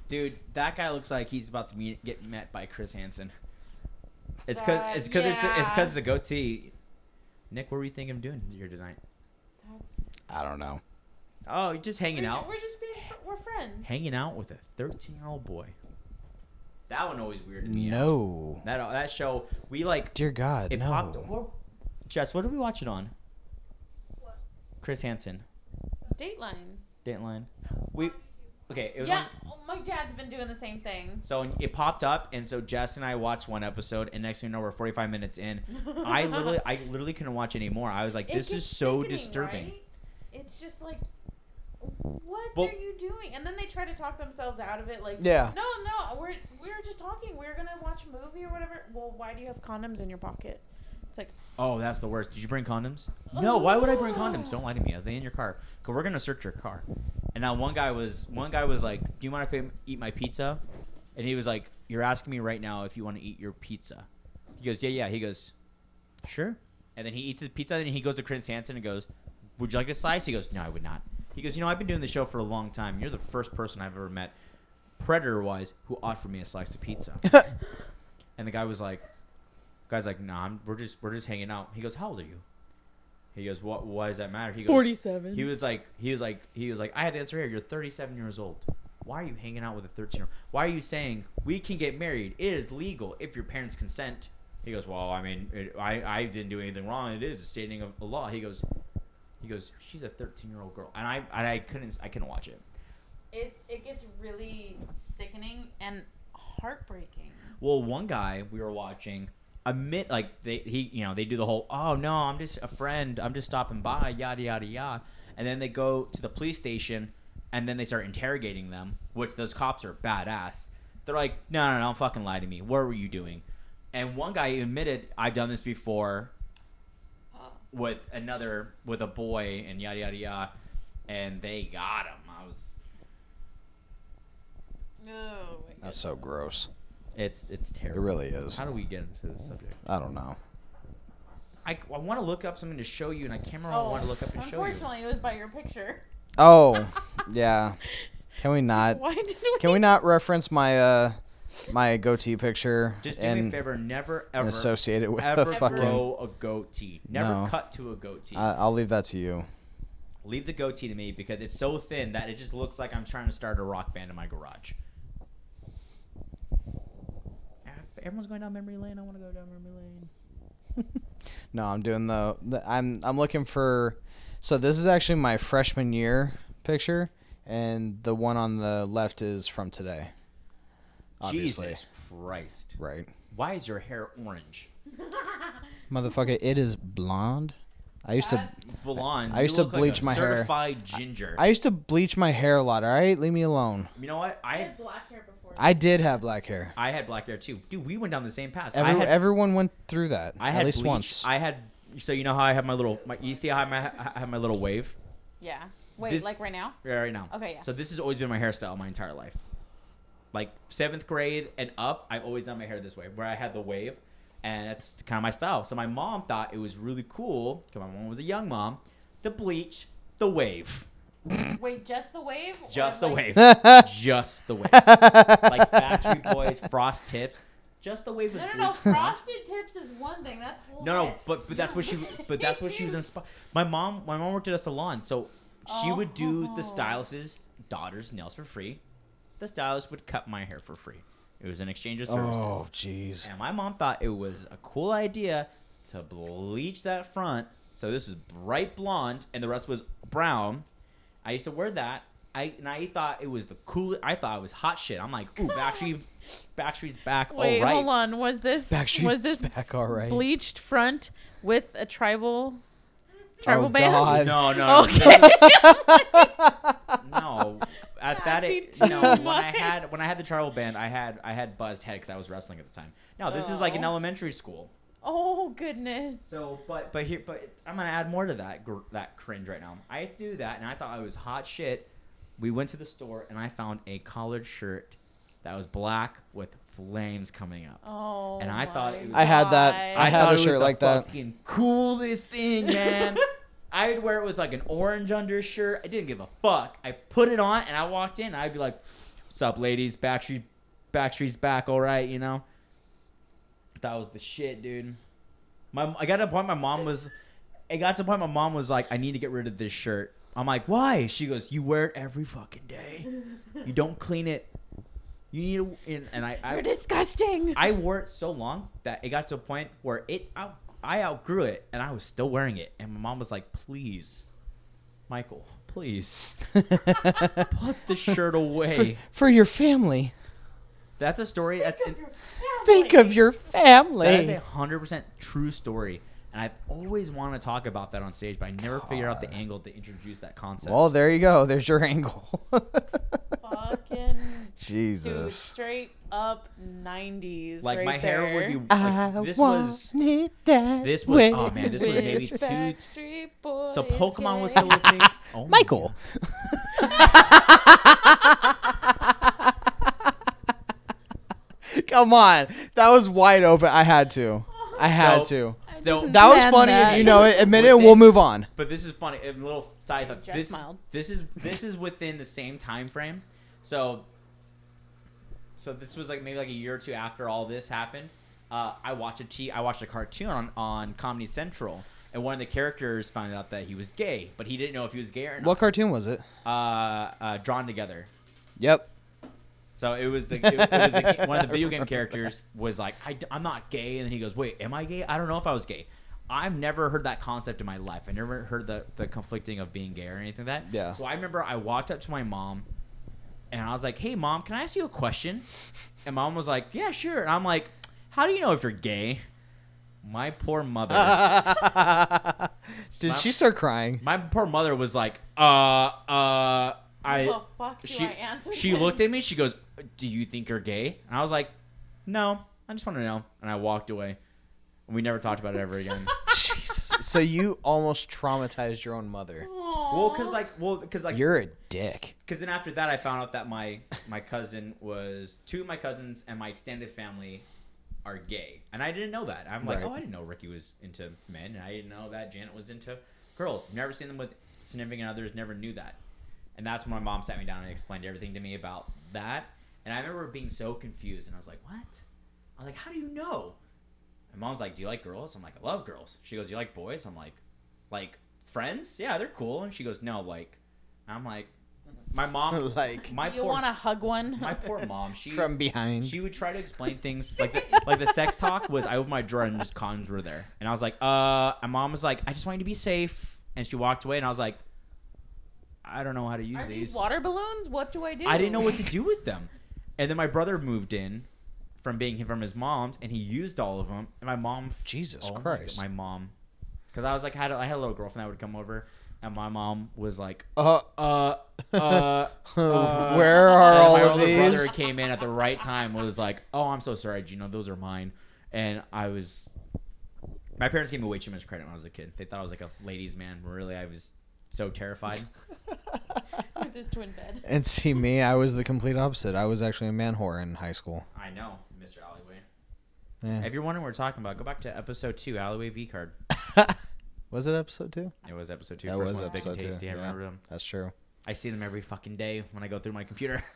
S2: Dude, that guy looks like he's about to meet, get met by Chris Hansen. It's cause
S3: Uh,
S2: it's cause it's, it's
S3: yeah.
S2: cause the goatee. Nick, what were you thinking of doing here tonight?
S3: That's
S1: I don't know.
S2: Oh, you're just hanging
S3: we're,
S2: out,
S3: We're just being fr- we're friends.
S2: hanging out with a 13 year old boy. That one always weirded me out.
S1: No.
S2: That that show we like
S1: Dear God,
S2: It
S1: no.
S2: popped. What, Jess, what did we watch it on?
S5: What?
S2: Chris Hansen,
S3: Dateline.
S2: Dateline. We okay. It was
S3: Yeah,
S2: on-
S3: oh, my dad's been doing the same thing.
S2: so it popped up, and so Jess and I watched one episode, and next thing you know, we're forty five minutes in. I literally, I literally couldn't watch anymore. I was like,
S3: It
S2: this
S3: gets
S2: is so
S3: sickening,
S2: disturbing.
S3: right? It's just like, what
S2: Well-
S3: are you doing? And then they try to talk themselves out of it. Like,
S1: Yeah.
S3: no, no, we're we were just talking. We were gonna watch a movie or whatever. Well, why do you have condoms in your pocket?
S2: Oh, that's the worst. Did you bring condoms? No. Why would I bring condoms?
S3: Oh.
S2: Don't lie to me. Are they in your car? Cause we're gonna search your car. And now one guy was, one guy was like, "Do you mind if I eat my pizza?" And he was like, "You're asking me right now if you want to eat your pizza." He goes, "Yeah, yeah." He goes, "Sure." And then he eats his pizza. And he goes to Chris Hansen and goes, "Would you like a slice?" He goes, "No, I would not." He goes, "You know, I've been doing the show for a long time. You're the first person I've ever met, predator-wise, who offered me a slice of pizza." And the guy was like, "Guy's like, nah, I'm, we're just we're just hanging out." He goes, "How old are you?" He goes, "What? Why does that matter?" He goes,
S3: Forty-seven.
S2: He was like, he was like, he was like, "I have the answer here. You're 37 years old. Why are you hanging out with a 13 year old? Why are you saying we can get married? It is legal if your parents consent." He goes, "Well, I mean, it, I I didn't do anything wrong. It is a stating of the law." He goes, he goes, "She's a 13 year old girl," and I and I couldn't I couldn't watch it.
S3: it it gets really sickening and heartbreaking.
S2: Well, one guy we were watching admit like they he you know they do the whole oh no I'm just a friend I'm just stopping by yada yada yada, and then they go to the police station and then they start interrogating them, which those cops are badass. They're like no no no don't fucking lie to me. What were you doing? And one guy admitted I've done this before with another with a boy and yada yada yada, and they got him. I was
S3: Oh, my
S1: That's so
S3: goodness.
S1: gross.
S2: it's it's
S1: It
S2: terrible.
S1: really is.
S2: How do we get into this subject?
S1: I don't know.
S2: I, I want to look up something to show you, and I can't remember what I
S3: Oh,
S2: want to look up and show you.
S3: Unfortunately, it was by your picture.
S1: Oh, yeah. Can we not?
S3: Why did we?
S1: Can we not reference my uh my goatee picture
S2: Just do me a
S1: and,
S2: favor, never
S1: and
S2: ever
S1: associate it with
S2: ever
S1: a fucking?
S2: grow a goatee. Never
S1: No. Uh,
S2: cut to a goatee.
S1: I, I'll leave that to you.
S2: Leave the goatee to me because it's so thin that it just looks like I'm trying to start a rock band in my garage. Ah, Everyone's going down memory lane. I want to go down memory lane.
S1: No, I'm doing the, the. I'm I'm looking for. So this is actually my freshman year picture, and the one on the left is from today. Obviously,
S2: Jesus Christ!
S1: right,
S2: Why is your hair orange?
S1: motherfucker. It is blonde. I used to.
S3: That's-
S2: Blonde.
S1: I
S2: you
S1: used to
S2: look like a
S1: bleach my hair.
S2: Certified ginger.
S1: I used to bleach my hair a lot. All right, leave me alone.
S2: you know what?
S3: I
S2: I
S3: had black hair before.
S1: I did have black hair.
S2: I had black hair too. Dude, we went down the same path. I
S1: Every,
S2: had,
S1: everyone went through that
S2: I
S1: at
S2: had
S1: least
S2: bleach.
S1: once.
S2: I had. So you know how I have my little. My, you see how I have, I have my little wave
S3: yeah. Wait,
S2: This-
S3: like right now?
S2: Yeah, right now.
S3: Okay, yeah.
S2: So this has always been my hairstyle my entire life. Like seventh grade and up, I've always done my hair this way, where I had the wave, and that's kind of my style. So my mom thought it was really cool because my mom was a young mom to bleach the wave,
S3: Wait, just the wave? or
S2: just the
S3: like-
S2: wave, just the wave, like Backstreet Boys, Frost Tips, just the wave. was
S3: No, no, no.
S2: bleached blonde.
S3: Frosted tips is one thing. That's whole.
S2: No, no,
S3: head.
S2: but but that's what she but that's what she was inspired. My mom, my mom worked at a salon, so she would do
S3: Oh.
S2: the stylist's daughter's nails for free. The stylist would cut my hair for free. It was an exchange of services,
S1: oh, jeez.
S2: and my mom thought it was a cool idea to bleach that front. So this was bright blonde, and the rest was brown. I used to wear that. I and I thought it was the coolest. I thought it was hot shit. I'm like, ooh, Backstreet, Backstreet's back.
S3: Wait,
S2: all right.
S3: hold on. Was this
S1: Backstreet's
S3: was this
S1: back all right.
S3: bleached front with a tribal
S1: tribal
S3: tribal
S1: band?
S3: band?
S1: Oh, God.
S2: No, no, no.
S3: Okay.
S2: No, at that
S3: That'd
S2: it,
S3: be
S2: no.
S3: too
S2: When I
S3: much.
S2: had when I had the tribal band, I had I had buzzed head because I was wrestling at the time. No, this is like an
S3: Oh.
S2: elementary school.
S3: oh goodness.
S2: So, but but here, but I'm gonna add more to that gr- that cringe right now. I used to do that, and I thought I was hot shit. We went to the store, and I found a collared shirt that was black with flames coming up.
S3: Oh.
S2: And I thought
S3: my
S2: it was-
S1: I had that.
S3: God.
S1: I had
S2: thought
S1: a
S2: it was
S1: shirt
S2: the
S1: like that.
S2: Fucking coolest thing, man. I'd wear it with like an orange undershirt. I didn't give a fuck. I put it on and I walked in. I'd be like, "What's up, ladies? Backstreet, Backstreet's back, all right." You know. That was the shit, dude. My I got to a point. My mom was. It got to a point. My mom was like, "I need to get rid of this shirt." I'm like, "Why?" She goes, "You wear it every fucking day. You don't clean it. You need to." And, and I, I
S3: You're disgusting.
S2: I wore it so long that it got to a point where it out, I outgrew it and I was still wearing it. And my mom was like, please, Michael, please put the shirt away.
S1: For your family.
S2: That's a story. That's,
S3: Think of your family.
S1: Think of your
S2: that is
S1: family.
S2: a 100% true story. And I've always wanted to talk about that on stage, but I never figured out the angle to introduce that concept.
S1: Well, there you go. There's your angle.
S3: fucking dude,
S1: Jesus.
S3: straight up 90s.
S2: like
S3: right
S2: my hair
S3: there.
S2: would be. Like, this was.
S1: wanted that
S2: this was- oh, man, this was
S1: way.
S2: maybe
S3: Which
S2: two-
S3: Backstreet Boys
S2: So Pokemon was
S3: gay?
S2: still a thing. Oh my
S1: Michael.
S2: God.
S1: Come on. That was wide open. I had to. I had
S2: So-
S1: to.
S3: I
S2: So-
S3: didn't
S1: That was
S3: plan
S1: funny.
S3: that.
S1: You know it. Admit it.
S2: Would
S1: We'll
S2: they-
S1: move on.
S2: But this is funny. A little side thought.
S3: Just
S2: This
S3: smiled.
S2: this is this is within the same time frame. So so this was like maybe like a year or two after all this happened. Uh, I watched a t- I watched a cartoon on, on Comedy Central, and one of the characters found out that he was gay, but he didn't know if he was gay or
S1: What
S2: not.
S1: cartoon was it?
S2: uh, uh, drawn together.
S1: Yep.
S2: So it was the, it, was the one of the video game characters was like, I, am not gay," and then he goes, "Wait, am I gay? I don't know if I was gay." I've never heard that concept in my life. I never heard the the conflicting of being gay or anything like that.
S1: Yeah.
S2: So I remember I walked up to my mom, and I was like, "Hey, mom, can I ask you a question?" And mom was like, "Yeah, sure." And I'm like, "How do you know if you're gay?" My poor mother.
S1: Did
S2: My-
S1: she start crying?
S2: my poor mother was like, "Uh, uh, I."
S3: Well, fuck do
S2: she
S3: I answer
S2: she
S3: this?
S2: looked at me. She goes, "Do you think you're gay?" And I was like, "No, I just want to know." And I walked away. And we never talked about it ever again.
S1: Jesus. So you almost traumatized your own mother.
S2: well,
S3: Aw.
S2: because like, well, because like,
S1: You're a dick.
S2: because then after that, I found out that my my cousin was two of my cousins and my extended family are gay, and I didn't know that. I'm like,
S1: Right.
S2: oh, I didn't know Ricky was into men, and I didn't know that Janet was into girls. Never seen them with significant others. Never knew that, and that's when my mom sat me down and explained everything to me about that. And I remember being so confused, and I was like, what? I was like, how do you know? And mom's like, do you like girls? I'm like, I love girls. She goes, do you like boys? I'm like, like friends? Yeah, they're cool. And she goes, no, like, I'm like, my mom,
S1: Like.
S2: my
S3: you
S2: poor,
S3: want to hug one?
S2: my poor mom. She
S1: from behind.
S2: she would try to explain things like the, like the sex talk was I opened my drawer and just condoms were there, and I was like, uh, my mom was like, I just want you to be safe, and she walked away, and I was like, I don't know how to use
S3: Are
S2: these.
S3: these water balloons? What do I do?
S2: I didn't know what to do with them, and then my brother moved in from being from his mom's, and he used all of them, and my mom
S1: Jesus
S2: Oh my God,
S1: Christ.
S2: my, mom, because I was like, had a, I had a little girlfriend that would come over, and my mom was like,
S1: uh,
S2: uh, uh. Uh,
S1: where are
S2: and
S1: all
S2: my
S1: of
S2: older
S1: these?
S2: brother came in at the right time. Was like, "Oh, I'm so sorry, Gino. Those are mine." And I was, my parents gave me way too much credit when I was a kid. They thought I was like a ladies' man. Really, I was so terrified.
S3: with this twin bed.
S1: and see me, I was the complete opposite. I was actually a man whore in high school.
S2: I know, Mr. Alleyway.
S1: Yeah.
S2: If you're wondering what we're talking about, go back to episode two, Alleyway V card.
S1: was it episode two?
S2: It was episode two.
S1: That
S2: First
S1: was
S2: one's big and
S1: episode two,
S2: tasty. I
S1: yeah.
S2: remember them.
S1: That's true.
S2: I see them every fucking day when I go through my computer.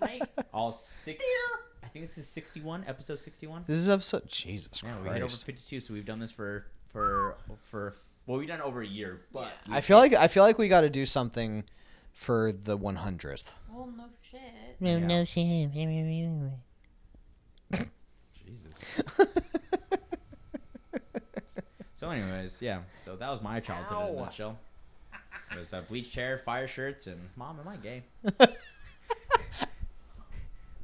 S3: Right.
S2: All six. I think this is 61, episode 61.
S1: This is episode. Jesus
S2: Yeah,
S1: Christ.
S2: we hit over 52, so we've done this for for for well, we've done over a year, but
S3: Yeah.
S1: I feel like I feel like we got to do something for the 100th.
S3: Well, Oh, no shit.
S4: No,
S1: Yeah.
S4: no, shit.
S2: Jesus. so, anyways, yeah. So that was my childhood in a
S1: Ow.
S2: nutshell. It was uh, bleached hair, fire shirts, and mom, am I gay?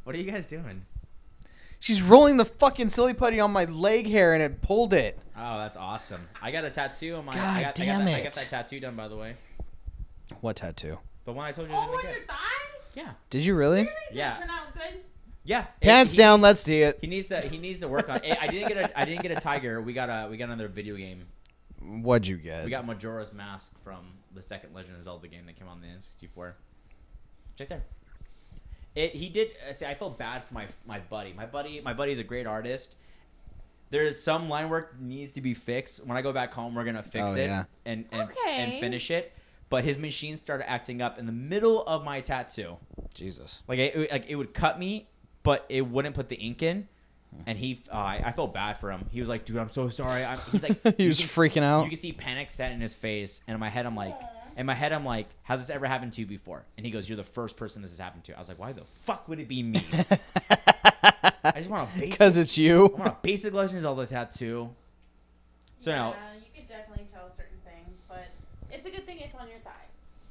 S2: what are you guys doing?
S1: She's rolling the fucking silly putty on my leg hair and it pulled it.
S2: Oh, that's awesome. I got a tattoo on my.
S1: God
S2: I got,
S1: damn
S2: I got That, I got
S1: it.
S2: that tattoo done, by the way.
S1: What tattoo?
S2: The one I told you I
S3: Oh,
S2: didn't
S3: on your
S2: get.
S3: thigh?
S2: Yeah,
S1: Did you really?
S3: Did
S2: Yeah.
S3: it turn out good?
S2: yeah. It-
S1: Pants
S2: he-
S1: down, let's see it.
S2: He needs to. He needs to work on. eh, I I didn't get a. I didn't get a tiger. We got a. We got another video game.
S1: What'd you get?
S2: We got Majora's Mask from the second Legend of Zelda game that came on the N64. Check there. It. He did. Uh, see, I felt bad for my my buddy. My buddy. My buddy's a great artist. There's some line work needs to be fixed. When I go back home, we're gonna fix
S1: Oh,
S2: it
S1: yeah.
S2: and and, and
S3: Okay.
S2: finish it. But his machine started acting up in the middle of my tattoo.
S1: Jesus.
S2: Like it, like it would cut me, but it wouldn't put the ink in. And he, uh, I I felt bad for him. He was like, "Dude, I'm so sorry." I'm, he's like,
S1: He
S2: you
S1: was
S2: can-
S1: freaking out.
S2: You can see panic set in his face. And in my head, I'm like, in my head, I'm like, "Has this ever happened to you before?" And he goes, "You're the first person this has happened to." I was like, "Why the fuck would it be me?" I just want a basic.
S1: Because it's you.
S2: I want a basic Legend of Zelda tattoo. So
S3: yeah,
S2: now,
S3: you could definitely tell certain things, but it's a good thing it's on your thigh.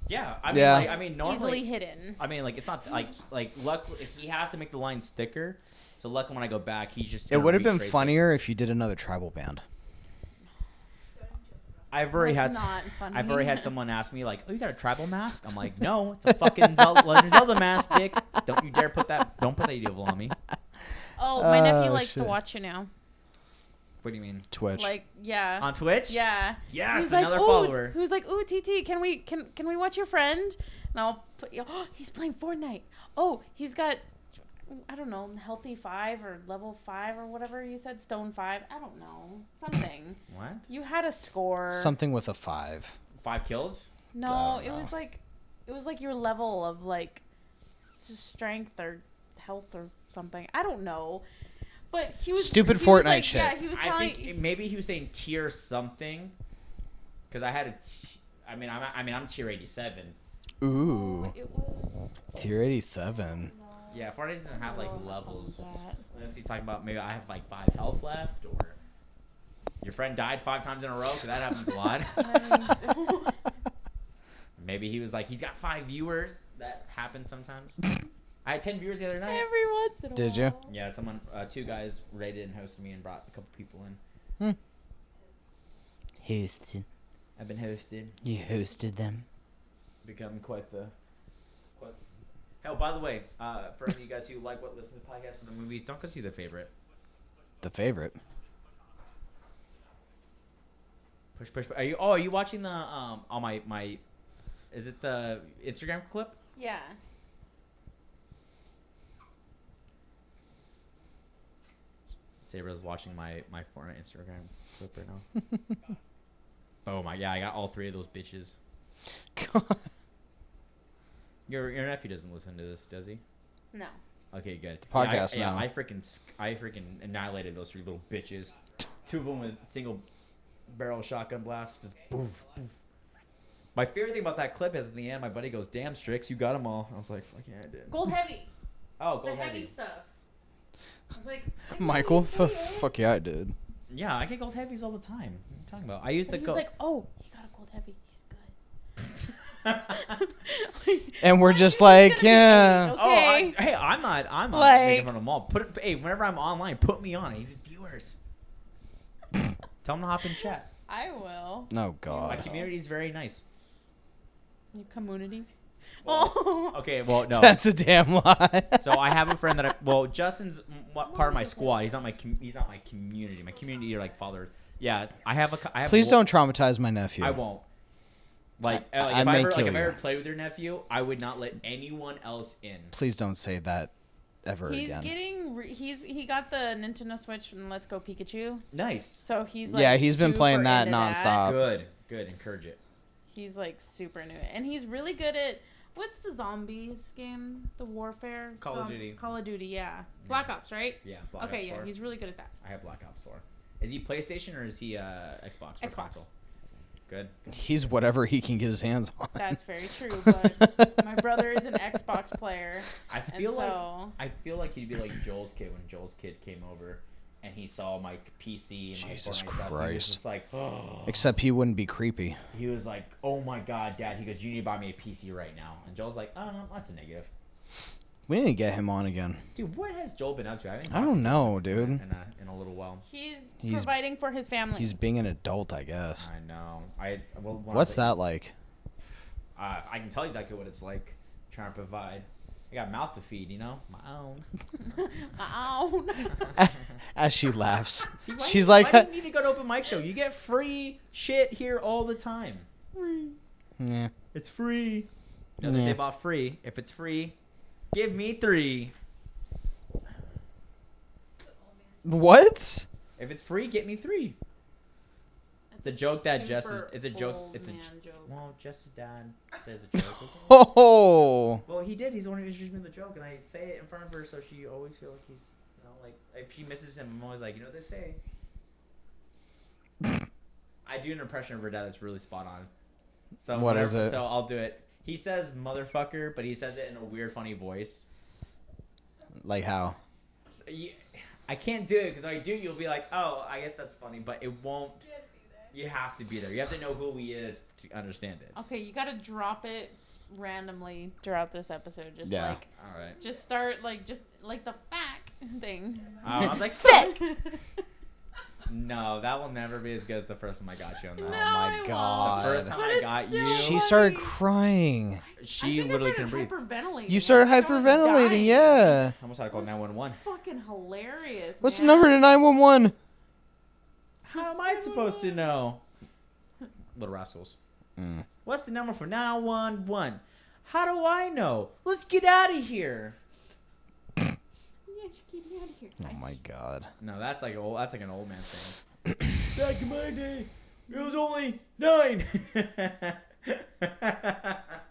S2: yeah, I mean,
S1: Yeah.
S2: Like, I mean, normally,
S3: easily hidden.
S2: I mean, like it's not like like luck. He has to make the lines thicker. So luckily, when I go back, he's just.
S1: It
S2: gonna
S1: would have been
S2: retrace it.
S1: funnier if you did another tribal band.
S2: I've already
S3: That's
S2: had.
S3: not funny.
S2: I've already had someone ask me like, "Oh, you got a tribal mask?" I'm like, "No, it's a fucking Zelda, Legend of Zelda mask, dick. Don't you dare put that. Don't put that evil on me."
S3: Oh, my nephew
S1: Oh,
S3: likes
S1: shit.
S3: to watch you now.
S2: What do you mean?
S1: Twitch.
S3: Like, yeah,
S2: On Twitch?
S3: yeah.
S2: Yes,
S3: He's
S2: another
S3: like, "Oh, "Ooh,"
S2: follower.
S3: Who's like, "Ooh, TT, can we can can we watch your friend?" And I'll put you. Oh, he's playing Fortnite. Oh, he's got. I don't know, healthy five or level five or whatever you said, stone five. I don't know, something.
S2: What?
S3: You had a score.
S1: Something with a five.
S2: Five kills?
S1: I
S3: No,
S1: don't
S3: it was
S1: know.
S3: like, it was like your level of like, s- strength or health or something. I don't know, but he was
S1: Stupid
S3: he was
S1: Fortnite
S3: like-
S1: shit.
S3: Yeah, he was
S2: I
S3: telling.
S2: think it- maybe he was saying tier something, because I had a. T- I mean, I'm. I mean, I'm tier 87.
S1: Ooh.
S3: It was,
S1: Tier 87.
S2: Yeah, Fortnite doesn't have like levels.
S3: that.
S2: Unless he's talking about maybe I have like five health left, or your friend died five times in a row. 'cause that happens a lot. Maybe he was like, he's got five viewers. That happens sometimes. I had ten viewers the other night.
S3: Every once in a
S1: Did you?
S3: while.
S2: Yeah, someone, uh, two guys raided and hosted me and brought a couple people in.
S4: Houston.
S2: I've been hosted,
S4: You hosted them.
S2: become quite the. Quite... Hell, by the way, uh, for any of you guys who like what listen to podcasts from the movies, don't go see the favorite.
S1: The favorite.
S2: Push, push, push. Are you? Oh, are you watching the um on my my? Is it the Instagram clip?
S3: Yeah.
S2: Sabra's watching my my Fortnite Instagram clip right now. oh my, yeah, I got all three of those bitches. Your your nephew doesn't listen to this, does he?
S3: No.
S2: Okay, good.
S1: podcast
S2: yeah, I,
S1: now.
S2: Yeah, I freaking sk- I freaking annihilated those three little bitches. Two of them with single barrel shotgun blasts. Just boof, boof. My favorite thing about that clip is in the end, my buddy goes, "Damn, Strix, you got them all." I was like, "Fuck yeah, I did."
S3: Gold heavy.
S2: Oh,
S3: the
S2: gold
S3: heavy,
S2: heavy.
S3: stuff. I was like, I know
S1: Michael,
S3: you
S1: f-
S3: see it.
S1: fuck yeah, I did.
S2: Yeah, I get gold heavies all the time. What are you talking about? I use
S3: And
S2: the
S3: he
S2: gold.
S3: was like, oh, he got a gold heavy. He's good.
S1: And we're
S3: Like,
S1: just
S3: you're
S1: like,
S3: gonna be
S1: yeah.
S3: good,
S2: Oh, I,
S3: Okay.
S2: hey, I'm not. I'm not making
S3: Like-
S2: fun of them all. Put it, hey, whenever I'm online, put me on. I need viewers. Tell them to hop in chat.
S3: I,
S1: Oh
S3: will.
S2: My
S1: god.
S2: community is very nice.
S3: Your community.
S2: Well,
S3: oh.
S2: Okay, well, no.
S1: That's a damn lie.
S2: so I have a friend that I well, Justin's m- what, part of my
S3: Wonderful.
S2: squad. He's not my com- he's not my community. My community are like fathers. Yeah, I have a. co- I have
S1: Please
S2: a,
S1: don't traumatize my nephew.
S2: I won't. Like,
S1: I-
S2: uh, like
S1: I
S2: if
S1: may
S2: I ever, like
S1: kill
S2: if I
S1: you.
S2: ever played with your nephew, I would not let anyone else in.
S1: Please don't say that ever
S3: He's
S1: again.
S3: getting. Re- he's he got the Nintendo Switch and Let's Go Pikachu.
S2: Nice,
S3: So he's like
S1: Yeah, he's been playing
S3: super
S1: that
S3: into
S1: nonstop.
S2: good, good. Encourage it.
S3: He's like super into it, and he's really good at what's the zombies game? The warfare.
S2: Call of Duty.
S3: Call of Duty. Yeah. Black Ops, right?
S2: Yeah. Black
S3: okay.
S2: Ops
S3: yeah,
S2: 4.
S3: he's really good at that.
S2: I have Black Ops 4. Is he PlayStation or is he uh, Xbox? or
S3: Xbox.
S2: Good.
S1: He's whatever he can get his hands on.
S3: That's very true. But my brother is an Xbox player,
S2: I
S3: and
S2: feel like
S3: so
S2: I feel like he'd be like Joel's kid when Joel's kid came over and he saw my PC. And my
S1: Jesus
S2: Fortnite stuff, and He was
S1: Christ.
S2: just like,
S1: Except he wouldn't be creepy.
S2: he was like, oh my god, Dad. He goes, you need to buy me a PC right now. And Joel's like, oh no, that's a negative.
S1: We need to get him on again.
S2: Dude, what has Joel been up to? I, haven't
S1: I
S2: talked
S1: don't know,
S2: to him
S1: dude.
S2: in a, in a little while.
S3: he's,
S1: He's-
S3: providing for his family.
S1: He's being an adult, I guess.
S2: I know. I well, when I
S1: What's
S2: was a-
S1: that like?
S2: Uh, I can tell you exactly what it's like trying to provide. I got mouth to feed, you know, my own.
S3: Ow.
S1: As she laughs,
S2: See, why
S1: she's
S2: do you-
S1: like,
S2: why do you need to go to open mic show? You get free shit here all the time.
S1: "Yeah."
S2: It's free. No, they
S1: Yeah.
S2: say about free. If it's free, give me three.
S1: What?
S2: If it's free, get me three. It's a joke that Jess is. It's a joke. It's a. j- Well, Jess's dad says a joke. okay?
S1: Oh,
S2: well, he did. He's the one who introduced me to the joke, and I say it in front of her, so she always feels like he's. You know, like if she misses him, I'm always like, you know what they say. I do an impression of her dad that's really spot on. So
S1: What is
S2: whenever-
S1: it?
S2: So I'll do it. He says motherfucker, but he says it in a weird, funny voice.
S1: like how?
S2: So you, I can't do it because I do, you'll be like, oh, I guess that's funny, but it won't. You have to be there. You have to know who he is to understand it.
S3: Okay, you gotta drop it randomly throughout this episode. Just
S1: Yeah.
S3: like,
S2: All right.
S3: just start like just like the fact thing.
S2: I was like,
S4: Fit.
S2: no, that will never be as good as the first time I got you on that.
S3: No,
S2: one.
S1: Oh my
S3: I won't.
S1: God.
S2: The first time
S3: But
S2: I
S3: it's
S2: got
S3: so
S2: you,
S3: funny.
S1: She started crying.
S3: I
S2: she
S3: think I
S2: literally couldn't
S3: started
S2: breathe.
S3: hyperventilating.
S1: You started
S3: Like, I was dying.
S1: hyperventilating. Yeah.
S2: I almost had to call 911.
S3: Fucking hilarious.
S1: What's the
S3: man.
S1: number to nine one one?
S2: How am I supposed to know? Little rascals.
S1: Mm.
S2: What's the number for 911? How do I know? Let's get out of here.
S3: Yeah, just get me out of here.
S1: Oh my god.
S2: No, that's like old. That's like an old man thing. Back in my day, it was only nine.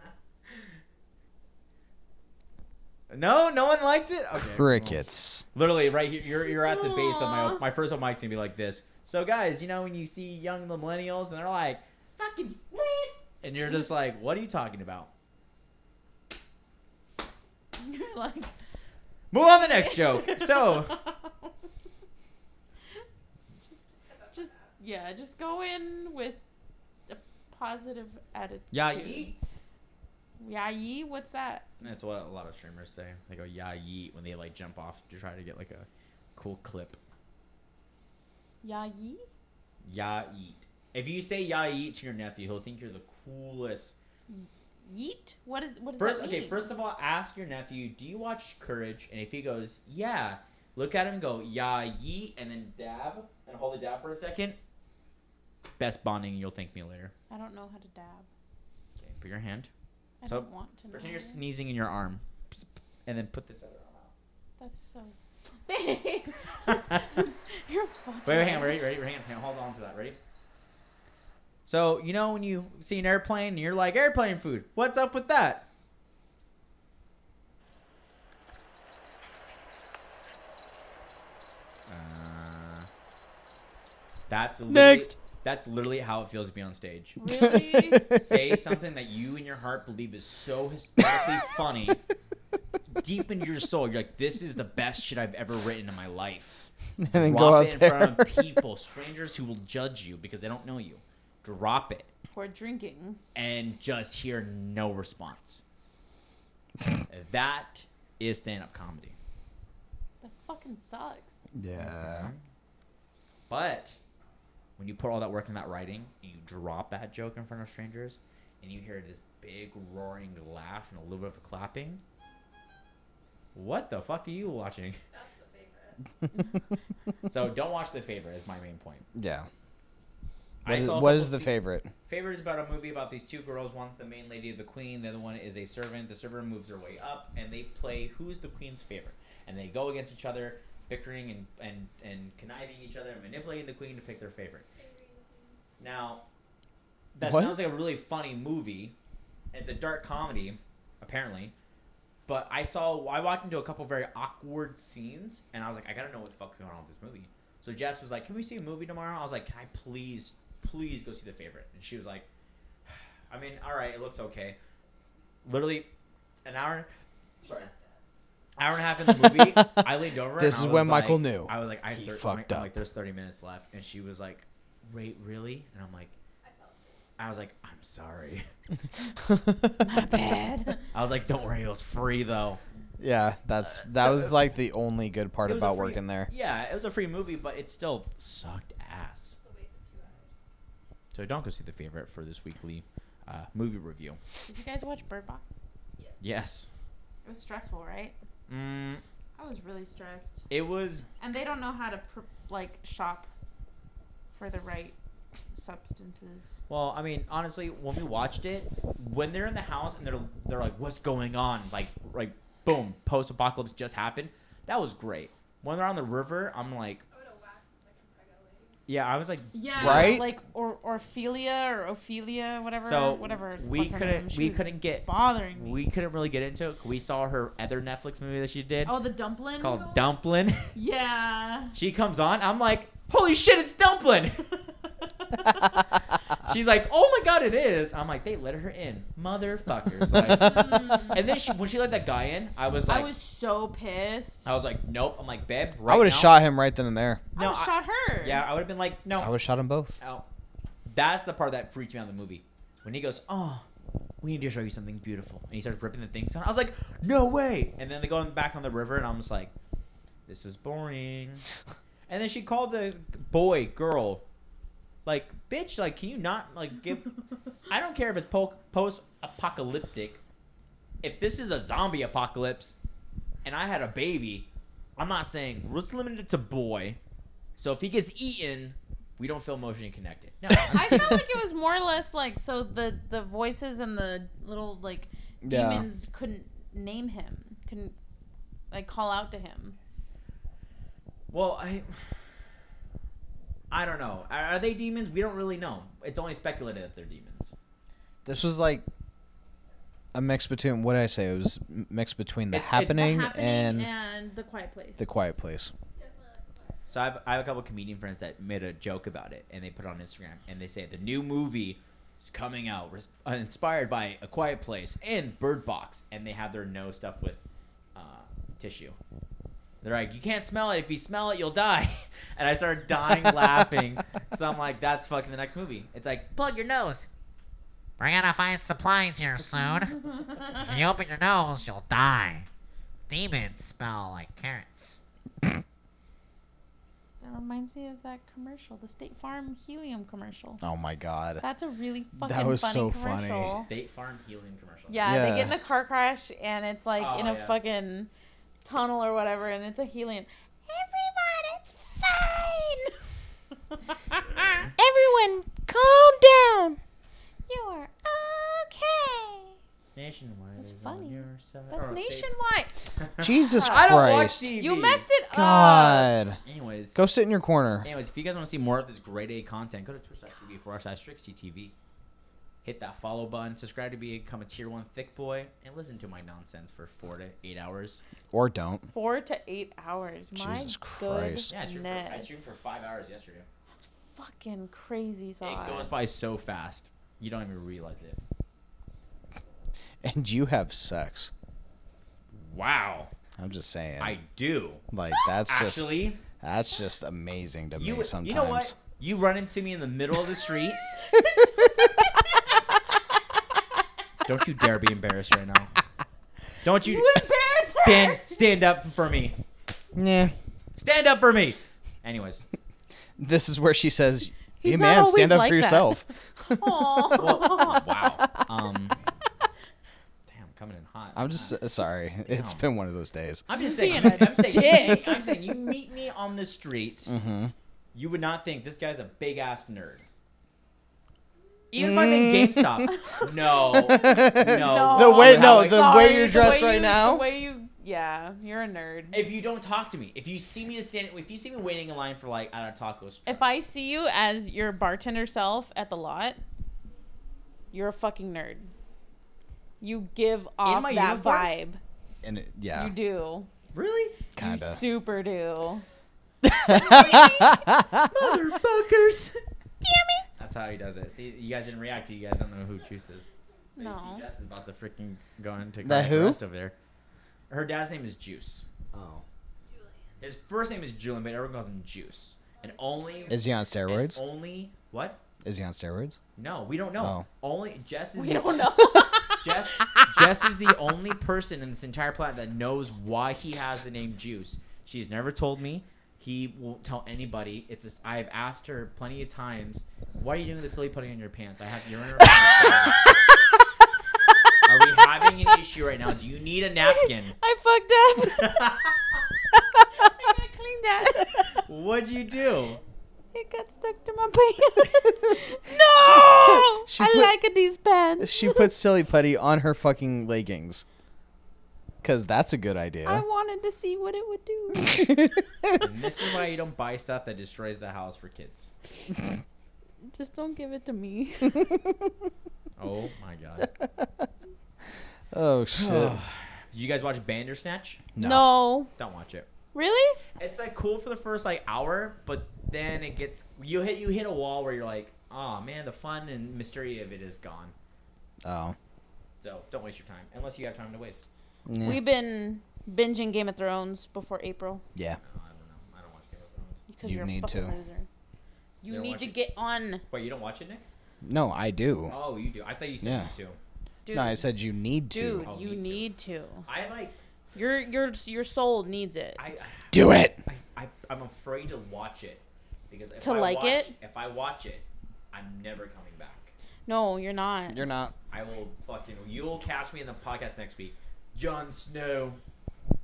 S2: no, no one liked it. Okay, well,
S1: Crickets.
S2: literally, right here, you're you're at the base of my
S3: Aw.
S2: my first open mic's gonna be like this. So guys, you know when you see young the millennials and they're like, "Fucking what?" and you're just like, "What are you talking about?"
S3: You're like.
S2: Move on to the next joke. So
S3: just, just yeah, just go in with a positive attitude.
S2: yeah,
S3: Yeah, yee. What's that?
S2: That's what a lot of streamers say. They go "yeah yeet" when they like jump off to try to get like a cool clip.
S3: Yeah, yee.
S2: "Yeah yeet. If you say "yeah yeet" to your nephew, he'll think you're the coolest.
S3: Yeet. What is what does
S2: First,
S3: that
S2: okay.
S3: mean?
S2: First of all, ask your nephew, "Do you watch Courage?" And if he goes, "Yeah," look at him and go "yeah yeet," and then dab and hold it dab for a second. Best bonding. You'll thank me later.
S3: I don't know how to dab.
S2: Okay, put your hand.
S3: I
S2: So,
S3: don't want to know.
S2: Pretend you're sneezing in your arm, and then put this other arm out.
S3: That's so Babe. You're fucking.
S2: Wait, wait, hang on, ready, ready, hang on, hang on, hold on to that, ready? So you know when you see an airplane and you're like airplane food, what's up with that? Uh, That's literally-
S3: Next.
S2: That's literally how it feels to be on stage.
S3: Really?
S2: Say something that you in your heart believe is so hysterically funny, deep into your soul. You're like, this is the best shit I've ever written in my life.
S4: and then
S2: Drop
S4: go out
S2: it in
S4: there.
S2: front of people, strangers who will judge you because they don't know you. Drop it
S3: We're drinking.
S2: and just hear no response. that is stand up comedy.
S3: That fucking sucks.
S1: Yeah.
S2: But when you put all that work in that writing and you drop that joke in front of strangers and you hear this big roaring laugh and a little bit of clapping, what the fuck are you watching? so don't watch The Favorite is my main point.
S1: Yeah.
S2: I
S1: What is,
S2: saw a
S1: what
S2: couple
S1: is the
S2: se-
S1: favorite?
S2: Favorite is about a movie about these two girls. One's the main lady of the queen. The other one is a servant. The servant moves her way up, and they play who's the queen's favorite. And they go against each other, bickering and and and conniving each other, and manipulating the queen to pick their favorite. Now, that
S1: What?
S2: sounds like a really funny movie. It's a dark comedy, apparently. But I saw I walked into a couple very awkward scenes, and I was like, I gotta know what the fuck's going on with this movie. So Jess was like, "Can we see a movie tomorrow?" I was like, "Can I please, please go see the favorite?" And she was like, "I mean, all right, it looks okay." Literally, an hour, sorry, hour and a half in the movie, I leaned over. and
S1: This
S2: I
S1: is
S2: was
S1: when
S2: like-
S1: Michael knew.
S2: I was like, "I
S1: He
S2: thir-
S1: fucked
S2: I'm
S1: up.
S2: Like, there's 30 minutes left, and she was like, "Wait, really?" And I'm like, I was like, "I'm sorry."
S3: My bad.
S2: I was like, "Don't worry, it was free though."
S1: yeah, that's that was like the only good part
S2: It was a
S1: about
S2: free-
S1: working there.
S2: Yeah, it was a free movie, but it still sucked ass. So don't go see the favorite for this weekly uh, movie review.
S3: Did you guys watch Bird Box?
S2: Yes,
S3: It was stressful, right?
S2: mm,
S3: I was really stressed.
S2: it was.
S3: And they don't know how to pr- like shop for the right substances.
S2: Well, I mean, honestly, when we watched it, when they're in the house and they're they're like, "What's going on?" Like, like, boom, post apocalypse just happened. That was great. When they're on the river, I'm like, yeah, I was like,
S3: Yeah,
S1: Right?
S3: Like or Orphelia or Ophelia, whatever,
S2: so
S3: whatever. the
S2: we
S3: fuck her name.
S2: couldn't
S3: She
S2: we
S3: was
S2: couldn't get
S3: bothering me.
S2: we couldn't really get into it. We saw her other Netflix movie that she did
S3: oh, the dumpling.
S2: called Dumpling.
S3: Yeah.
S2: She comes on. I'm like, holy shit, it's Dumpling. She's like, oh my god, it is. I'm like, they let her in, motherfuckers. Like,
S3: Mm.
S2: and then she, when she let that guy in, I was like,
S3: I was so pissed.
S2: I was like, nope. I'm like, babe, right
S1: I would have
S2: now-
S1: shot him right then and there.
S3: I
S2: No,
S3: would've
S2: I-
S3: shot her.
S2: Yeah, I would have been like, no.
S1: I would have shot him both.
S2: Ow. That's the part that freaked me out in the movie. When he goes, oh, we need to show you something beautiful. And he starts ripping the things on. I was like, no way. And then they go on back on the river, and I'm just like, this is boring. And then she called the boy, girl, like, bitch, like, can you not, like, give. I don't care if it's po- post apocalyptic. If this is a zombie apocalypse and I had a baby, I'm not saying it's limited to boy. So if he gets eaten, we don't feel emotionally connected. No, I'm-
S3: I felt like it was more or less like so the the voices and the little like
S1: Yeah.
S3: demons couldn't name him, couldn't like call out to him.
S2: well, I. I don't know. Are are they demons? We don't really know. It's only speculated that they're demons.
S1: This was like a mix between what did I say? It was m- mixed between the
S2: It's- it's The
S1: happening, and,
S3: the quiet place.
S1: the Quiet Place.
S2: So I have, I have a couple comedian friends that made a joke about it, and they put it on Instagram, and they say the new movie is coming out, res- uh, inspired by A Quiet Place and Bird Box, and they have their nose stuff with uh, tissue. They're like, you can't smell it. If you smell it, you'll die. And I started dying laughing. So I'm like, that's fucking the next movie. It's like, plug your nose.
S5: We're gonna find supplies here soon. if you open your nose, you'll die. Demons smell like carrots.
S3: that reminds me of that commercial, the State Farm helium commercial.
S1: Oh my god.
S3: That's a really fucking
S1: That was
S3: funny
S1: so funny.
S3: commercial.
S2: State Farm helium commercial.
S3: Yeah, they
S1: Yeah.
S3: get in a car crash and it's like
S2: Oh,
S3: in a
S2: yeah.
S3: fucking tunnel or whatever, and it's a helium. Everyone, it's fine.
S4: Everyone, calm down.
S3: You're okay.
S2: This Nationwide
S3: That's
S2: is on
S3: funny.
S2: your side.
S3: That's
S2: Or state.
S3: nationwide.
S1: Jesus
S3: I
S2: I don't
S1: Christ.
S2: watch TV.
S3: You messed it up.
S1: God.
S2: Anyways,
S1: Go sit in your corner.
S2: anyways, if you guys want to see more of this grade A content, go to twitch.tv forward slash TV. Hit that follow button, subscribe to become a tier one thick boy, and listen to my nonsense for four to eight hours.
S1: Or don't.
S3: Four to eight hours. My
S1: Jesus Christ.
S2: Yeah, I streamed, for, I
S3: goodness.
S2: streamed for five hours yesterday.
S3: That's fucking crazy sauce.
S2: It goes by so fast, you don't even realize it.
S1: And you have sex.
S2: Wow,
S1: I'm just saying.
S2: I do.
S1: like that's just
S2: Actually,
S1: that's just amazing to me
S2: you would-
S1: sometimes.
S2: you know what? You run into me in the middle of the street. Don't you dare be embarrassed right now. Don't you
S3: You embarrassed her.
S2: stand stand up for me.
S1: Yeah.
S2: Stand up for me. Anyways,
S1: This is where she says, "Hey
S3: He's not
S1: man, stand up
S3: always like
S1: for
S3: that."
S1: yourself."
S3: Aw.
S2: well, wow. Um, damn, coming in hot.
S1: I'm just uh, sorry. It's
S2: Damn.
S1: been one of those days.
S2: I'm just saying.
S3: being a
S2: I'm saying.
S3: dick.
S2: I'm saying. You meet me on the street.
S1: Mm-hmm.
S2: you would not think this guy's a big ass nerd. Even if I'm
S1: Mm.
S2: in GameStop. No. No.
S1: Oh, The way-
S2: I'm
S1: no,
S2: like-
S1: the way you're dressed right
S3: you-
S1: now?
S3: The way you, yeah, you're a nerd. If,
S2: If you don't talk to me, if you see me standing, if you see me waiting in line for like I don't know, tacos.
S3: I see you as your bartender self at the lot, you're a fucking nerd. You give off
S2: my
S3: that
S2: uniform?
S3: vibe.
S1: And it, yeah,
S3: You do.
S2: really,
S1: kind
S3: You
S1: of.
S3: super do.
S2: Oh. motherfuckers. That's how he does it. See, you guys didn't react. You guys don't know who Juice is. You
S3: No.
S2: see Jess is about to freaking go into
S1: The who?
S2: rest over there. Her dad's name is Juice.
S1: Oh.
S2: His first name is Julian, but everyone calls him Juice. And only
S1: Is he on
S2: and
S1: steroids?
S2: Only what?
S1: Is he on steroids?
S2: No, we don't know.
S1: Oh.
S2: Only Jess is
S3: We
S2: the,
S3: don't know.
S2: Jess Jess is the only person in this entire planet that knows why he has the name Juice. She's never told me. He won't tell anybody. It's just I've asked her plenty of times, why are you doing this silly putting in your pants? I have urine. in your pants." are we having an issue right now? Do you need a napkin?
S3: I fucked up. I gotta clean that.
S2: What'd you do?
S3: It got stuck to my pants. no!
S1: She
S3: I
S1: put-
S3: like these pants.
S1: She put silly putty on her fucking leggings. Cause that's a good
S3: I
S1: idea.
S3: wanted to see what it would do.
S2: And this is why you don't buy stuff that destroys the house for kids.
S3: Just don't give it to me.
S2: Oh my god.
S1: oh shit.
S2: Did you guys watch Bandersnatch?
S3: No.
S2: Don't watch it.
S3: Really?
S2: It's like cool for the first like hour, but then it gets you hit you hit a wall where you're like, oh man, the fun and mystery of it is gone.
S1: Oh.
S2: So don't waste your time unless you have time to waste.
S1: Yeah.
S3: We've been binging Game of Thrones before April
S1: yeah.
S2: No, Oh, I don't know. I don't watch Game of Thrones.
S3: because
S1: You
S3: you are
S1: need
S3: a fucking
S1: to.
S3: loser. You
S2: Then
S3: need
S2: watch
S3: to
S2: it.
S3: get on,
S2: Wait, you don't watch it, Nick?
S1: No, I do.
S2: Oh, you do. I thought you said
S1: Yeah.
S2: you too.
S3: dude.
S1: No, I said you need to.
S3: dude,
S2: Oh,
S3: you
S2: me too.
S3: need to.
S2: I like
S3: Your your your soul needs it.
S2: I
S1: Do it.
S2: I, I I'm afraid to watch it because if
S3: To
S2: I
S3: like
S2: watch,
S3: it?
S2: if I watch it, I'm never coming back.
S3: No, you're not.
S1: You're not.
S2: I will fucking. You'll catch me in the podcast next week. Jon Snow,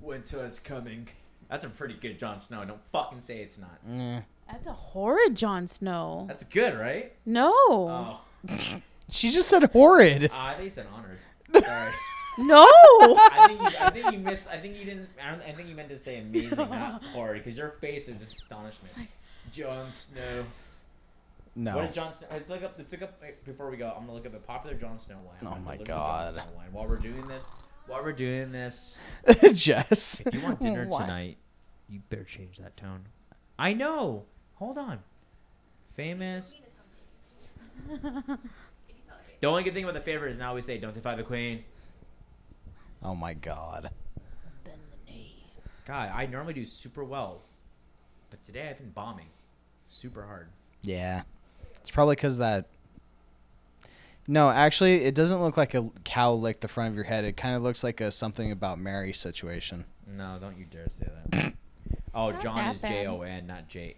S2: winter's coming. That's a pretty good Jon Snow. Don't fucking say it's not.
S1: Mm.
S3: That's a horrid Jon Snow.
S2: That's good, right?
S3: No.
S2: Uh,
S1: Mm.
S2: Oh,
S1: She just said horrid.
S2: I think you said honored. Sorry.
S3: No.
S2: I think you, I think you missed. I think you didn't. I, don't, I think you meant to say amazing, not horrid, because your face is just astonishment.
S3: like-
S2: Jon Snow.
S1: No.
S2: What is Jon Snow? Let's look up. Let's look up wait, before we go. I'm gonna look up a popular Jon Snow line.
S1: Oh
S2: I'm gonna
S1: my
S2: look up Jon
S1: God.
S2: Snow line. While we're doing this, while we're doing this,
S1: Jess.
S2: If you want dinner
S1: What?
S2: tonight, you better change that tone. I know. Hold on. Famous. the only good thing about the favorite is now we say, "Don't defy the queen."
S1: Oh my god.
S2: God, I normally do super well, but today I've been bombing, super hard.
S1: Yeah. It's probably because that. No, actually, it doesn't look like a cow licked the front of your head. It kind of looks like a something about Mary situation.
S2: No, don't you dare say that. oh,
S3: Not
S2: John
S3: that
S2: is
S3: bad.
S2: J O N, not J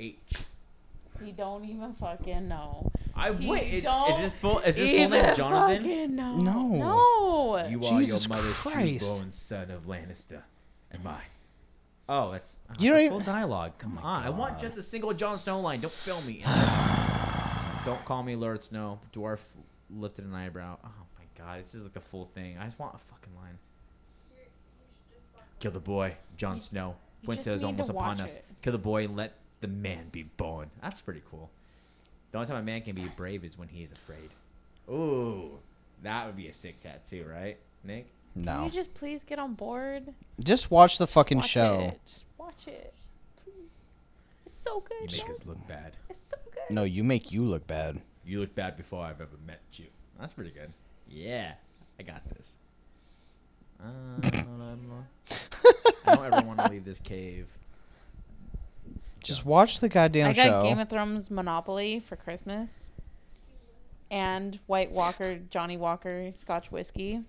S2: H.
S3: You don't even fucking know.
S2: I
S3: You
S2: wait. Is, is
S3: don't
S2: this full? Is this full
S3: Even
S2: name Jonathan?
S3: fucking know.
S1: No.
S3: No.
S2: You
S1: Jesus
S2: are your mother's
S1: Christ.
S2: true-born son of Lannister. Am I? Oh, that's oh,
S1: You don't
S2: it's a
S1: even-
S2: full dialogue.
S3: Oh
S2: Come on, I want
S1: God.
S2: just a single Jon Snow line. Don't film me. don't call me Lord Snow. Dwarf lifted an eyebrow. Oh my God, this is like the full thing. I just want a fucking line. Kill the boy, Jon
S3: You-
S2: Snow.
S3: you
S2: Winter
S3: just
S2: is
S3: need to
S2: almost upon
S3: watch
S2: us.
S3: it.
S2: Kill the boy, let the man be born. That's pretty cool. The only time a man can be brave is when he is afraid. Ooh, that would be a sick tattoo, right, Nick?
S3: Can
S1: No.
S3: you just please get on board?
S1: Just watch the fucking
S3: Watch
S1: show.
S3: It. Just watch it. Please. It's so
S2: You
S3: good.
S2: make
S3: y'all.
S2: us look bad.
S3: It's so good.
S6: No, you make you look bad.
S2: You look bad before I've ever met you. That's pretty good. Yeah, I got this. Um, I don't ever want to leave this cave.
S1: Just watch the goddamn
S3: I got
S1: show.
S3: Game of Thrones Monopoly for Christmas, and White Walker Johnny Walker Scotch whiskey,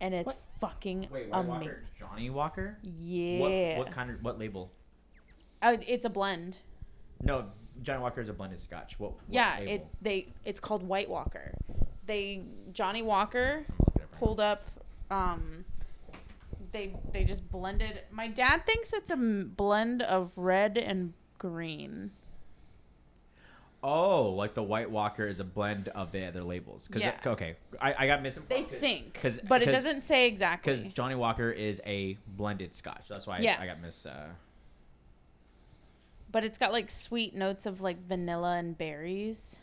S3: and it's fucking amazing.
S2: Johnny Walker?
S3: Yeah,
S2: What, what kind of what label?
S3: Oh, it's a blend.
S2: No, Johnny Walker is a blended Scotch. What? what
S3: yeah,
S2: label?
S3: it they it's called White Walker. They Johnny Walker
S2: I'm looking at it right
S3: pulled up. Um, they they just blended. My dad thinks it's a m- blend of red and green.
S2: now. Oh, like the White Walker is a blend of the other labels. 'Cause
S3: Yeah.
S2: it- okay, I, I got misinformed.
S3: They
S2: 'Cause-
S3: think,
S2: 'cause-
S3: but it
S2: 'cause-
S3: doesn't say
S2: because
S3: exactly.
S2: Johnny Walker is a blended Scotch. That's why
S3: Yeah.
S2: I, I got miss. Uh,
S3: But it's got like sweet notes of like vanilla and berries,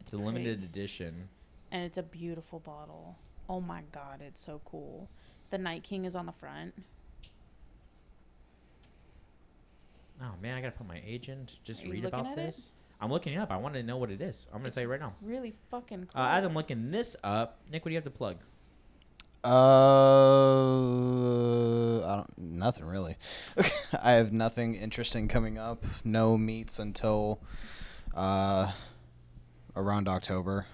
S2: it's a limited edition.
S3: and it's a beautiful bottle. Oh my god, it's so cool. The Night King is on the front.
S2: Oh man, I gotta put my age in to just
S3: Are you
S2: read
S3: looking
S2: about
S3: at it?
S2: this. I'm looking it up. I want to know what it is. I'm gonna tell you right now.
S3: Really fucking cool.
S2: Uh, as I'm looking this up, Nick, what do you have to plug?
S1: Uh, I don't, nothing really. I have nothing interesting coming up. No meets until uh, around October.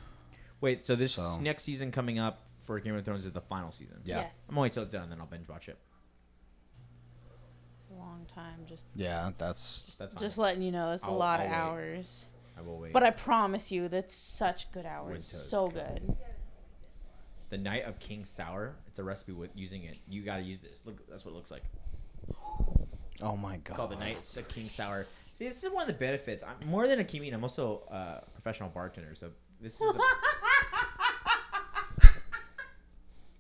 S2: Wait, so this
S1: So-
S2: next season coming up for Game of Thrones is the final season.
S1: Yeah.
S3: Yes.
S2: I'm gonna wait till it's done, then I'll binge watch it.
S3: It's a long time. Just
S1: Yeah, that's
S2: That's fine.
S3: just letting you know, it's a
S2: I'll-
S3: lot
S2: I'll
S3: of
S2: wait.
S3: hours.
S2: I will wait.
S3: But I promise you, that's such good hours.
S2: Winter's
S3: so
S2: coming.
S3: good.
S2: the Night of King Sour. It's a recipe with using it. You gotta use this. Look, that's what it looks like.
S1: oh my god.
S2: Called the Knights of King Sour. See, this is one of the benefits. I'm more than a comedian. I'm also uh, a professional bartender. So this is. The,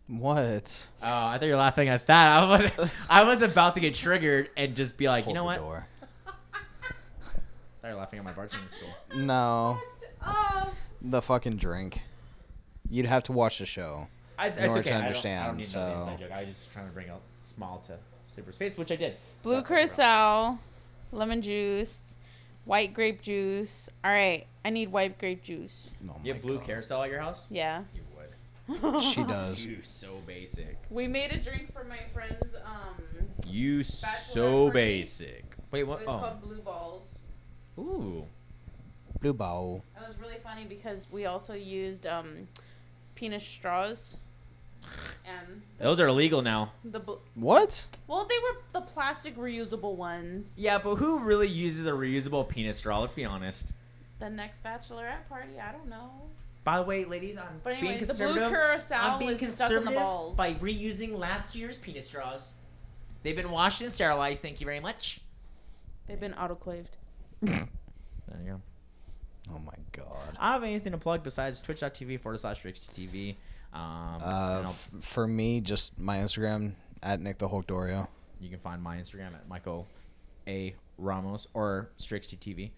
S1: What?
S2: Oh, I thought you were laughing at that. I was, I was about to get triggered and just be like,
S1: Hold
S2: you know
S1: the
S2: what?
S1: door.
S2: I thought you were laughing at my bartending school.
S1: No, the fucking drink. You'd have to watch the show.
S2: I,
S1: order
S2: it's
S1: to
S2: okay. I don't- I don't,
S1: understand,
S2: need to know the
S1: so-
S2: inside joke. I was just trying to bring a smile to Saber's face, which I did.
S3: Blue curacao, lemon juice, white grape juice. All right, I need white grape juice.
S1: Oh
S2: You
S1: my
S2: have blue
S1: God.
S2: carousel at your house?
S3: Yeah.
S2: You would.
S1: She does.
S2: You so basic.
S3: We made a drink for my friend's. Um,
S2: You
S3: so
S2: so
S3: party.
S2: basic. Wait, what?
S3: it was
S2: Oh.
S3: called Blue Balls.
S2: Ooh.
S1: Blue bowl.
S3: It was really funny because we also used um, penis straws, and
S2: Those are illegal now.
S3: the bl-
S1: What?
S3: well, they were the plastic reusable ones.
S2: Yeah, but who really uses a reusable penis straw? Let's be honest.
S3: The next bachelorette party, I don't know.
S2: By the way, ladies, I'm
S3: But
S2: being
S3: anyways, the blue
S2: conservative.
S3: curacao
S2: I'm being
S3: was stuck in the
S2: conservative
S3: balls.
S2: by reusing last year's penis straws. They've been washed and sterilized. Thank you very much.
S3: They've been autoclaved.
S2: There you go.
S1: Oh my god.
S2: I don't have anything to plug besides twitch.tv forward slash TV. Um,
S1: Uh,
S2: and I'll-
S1: f- for me, just my Instagram at Nick the Hulk Dorio.
S2: you can find my Instagram at Michael A. Ramos or StrixTV.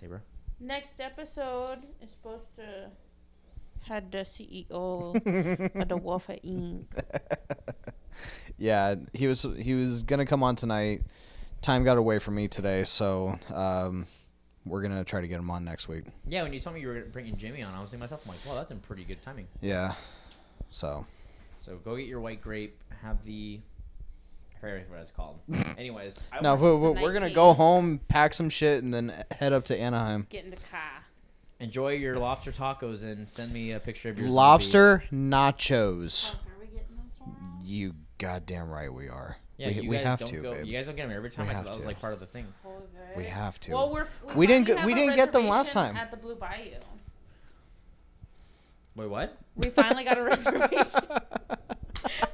S2: Saber.
S3: Next episode is supposed to had the CEO of the Waffle Inc.
S1: yeah, he was he was gonna come on tonight. Time got away from me today, so um, we're gonna try to get him on next week.
S2: Yeah, when you told me you were bringing Jimmy on, I was thinking to myself, I'm like, well, that's in pretty good timing.
S1: Yeah. So
S2: So go get your white grape. Have the. I forget what it's called. Anyways. I
S1: no,
S2: wanna
S1: we, we,
S3: The
S1: we're gonna
S3: 19.
S1: go home, pack some shit, and then head up to Anaheim.
S3: Get in the car.
S2: enjoy your lobster tacos and send me a picture of your zombies.
S1: Lobster nachos.
S3: Oh, are we getting those around?
S1: You goddamn right we are.
S2: Yeah,
S1: we,
S2: you
S1: we
S2: guys
S1: have
S2: don't
S1: to.
S2: go.
S1: babe.
S2: You guys don't get them every time. I
S1: have
S2: thought that was
S1: to.
S2: like part of the thing.
S3: All good.
S1: we have to.
S3: Well, we're,
S1: We didn't
S3: finally
S1: get- we
S3: have a
S1: didn't get them last
S3: reservation
S1: time.
S3: at the Blue Bayou.
S2: Wait, what?
S3: We finally got a reservation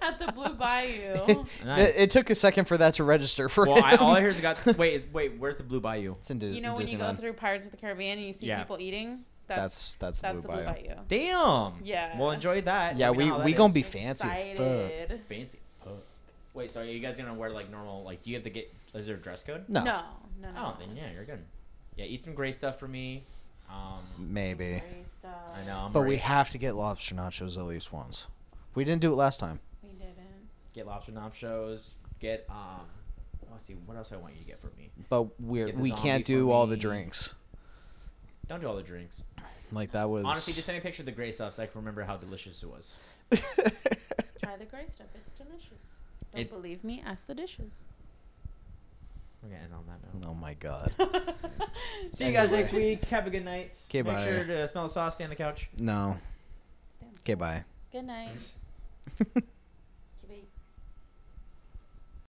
S3: at the Blue Bayou.
S2: Nice.
S1: It, it took a second for that to register for
S2: Well, I, all I
S1: him.
S2: hear is got. Wait, is, wait, where's the Blue Bayou?
S1: It's in Dis-
S3: You know when you go
S1: Disneyland.
S3: through Pirates of the Caribbean and you see
S2: Yeah.
S3: people eating,
S1: That's that's,
S3: that's
S1: blue, bio.
S3: about you.
S2: Damn.
S3: Yeah.
S2: We'll enjoy that.
S1: Yeah,
S2: Let me
S1: we
S2: know how that
S1: we
S2: is.
S1: gonna be fancy as fuck.
S3: Excited.
S2: fancy. Fuck. Wait, so are you guys gonna wear like normal? Like, do you have to get? Is there a dress code?
S1: No,
S3: No, no, no.
S2: Oh, then yeah, you're good. Yeah, eat some gray stuff for me. Um,
S1: maybe.
S3: Great stuff.
S2: I know. I'm
S1: But we
S2: already-
S1: have to get lobster nachos at least once. We didn't do it last time.
S3: We didn't.
S2: get lobster nachos. Get um. Let's see. What else I want you to get for me?
S1: But we're
S2: Get the
S1: we
S2: zombie
S1: can't
S2: for
S1: do all the
S2: me.
S1: drinks.
S2: Don't do all the drinks.
S1: Like that was
S2: Honestly, just send me a picture of the gray stuff so I can remember how delicious it was.
S3: Try the gray stuff. It's delicious. Don't
S2: It-
S3: believe me? Ask the dishes.
S2: We're gonna end on that note.
S1: oh my god.
S2: See you guys next week. Have a good night.
S1: 'Kay,
S2: Make
S1: bye.
S2: sure to smell the sauce. Stay on the couch.
S1: No.
S3: Stand.
S1: Okay, bye.
S3: Good night.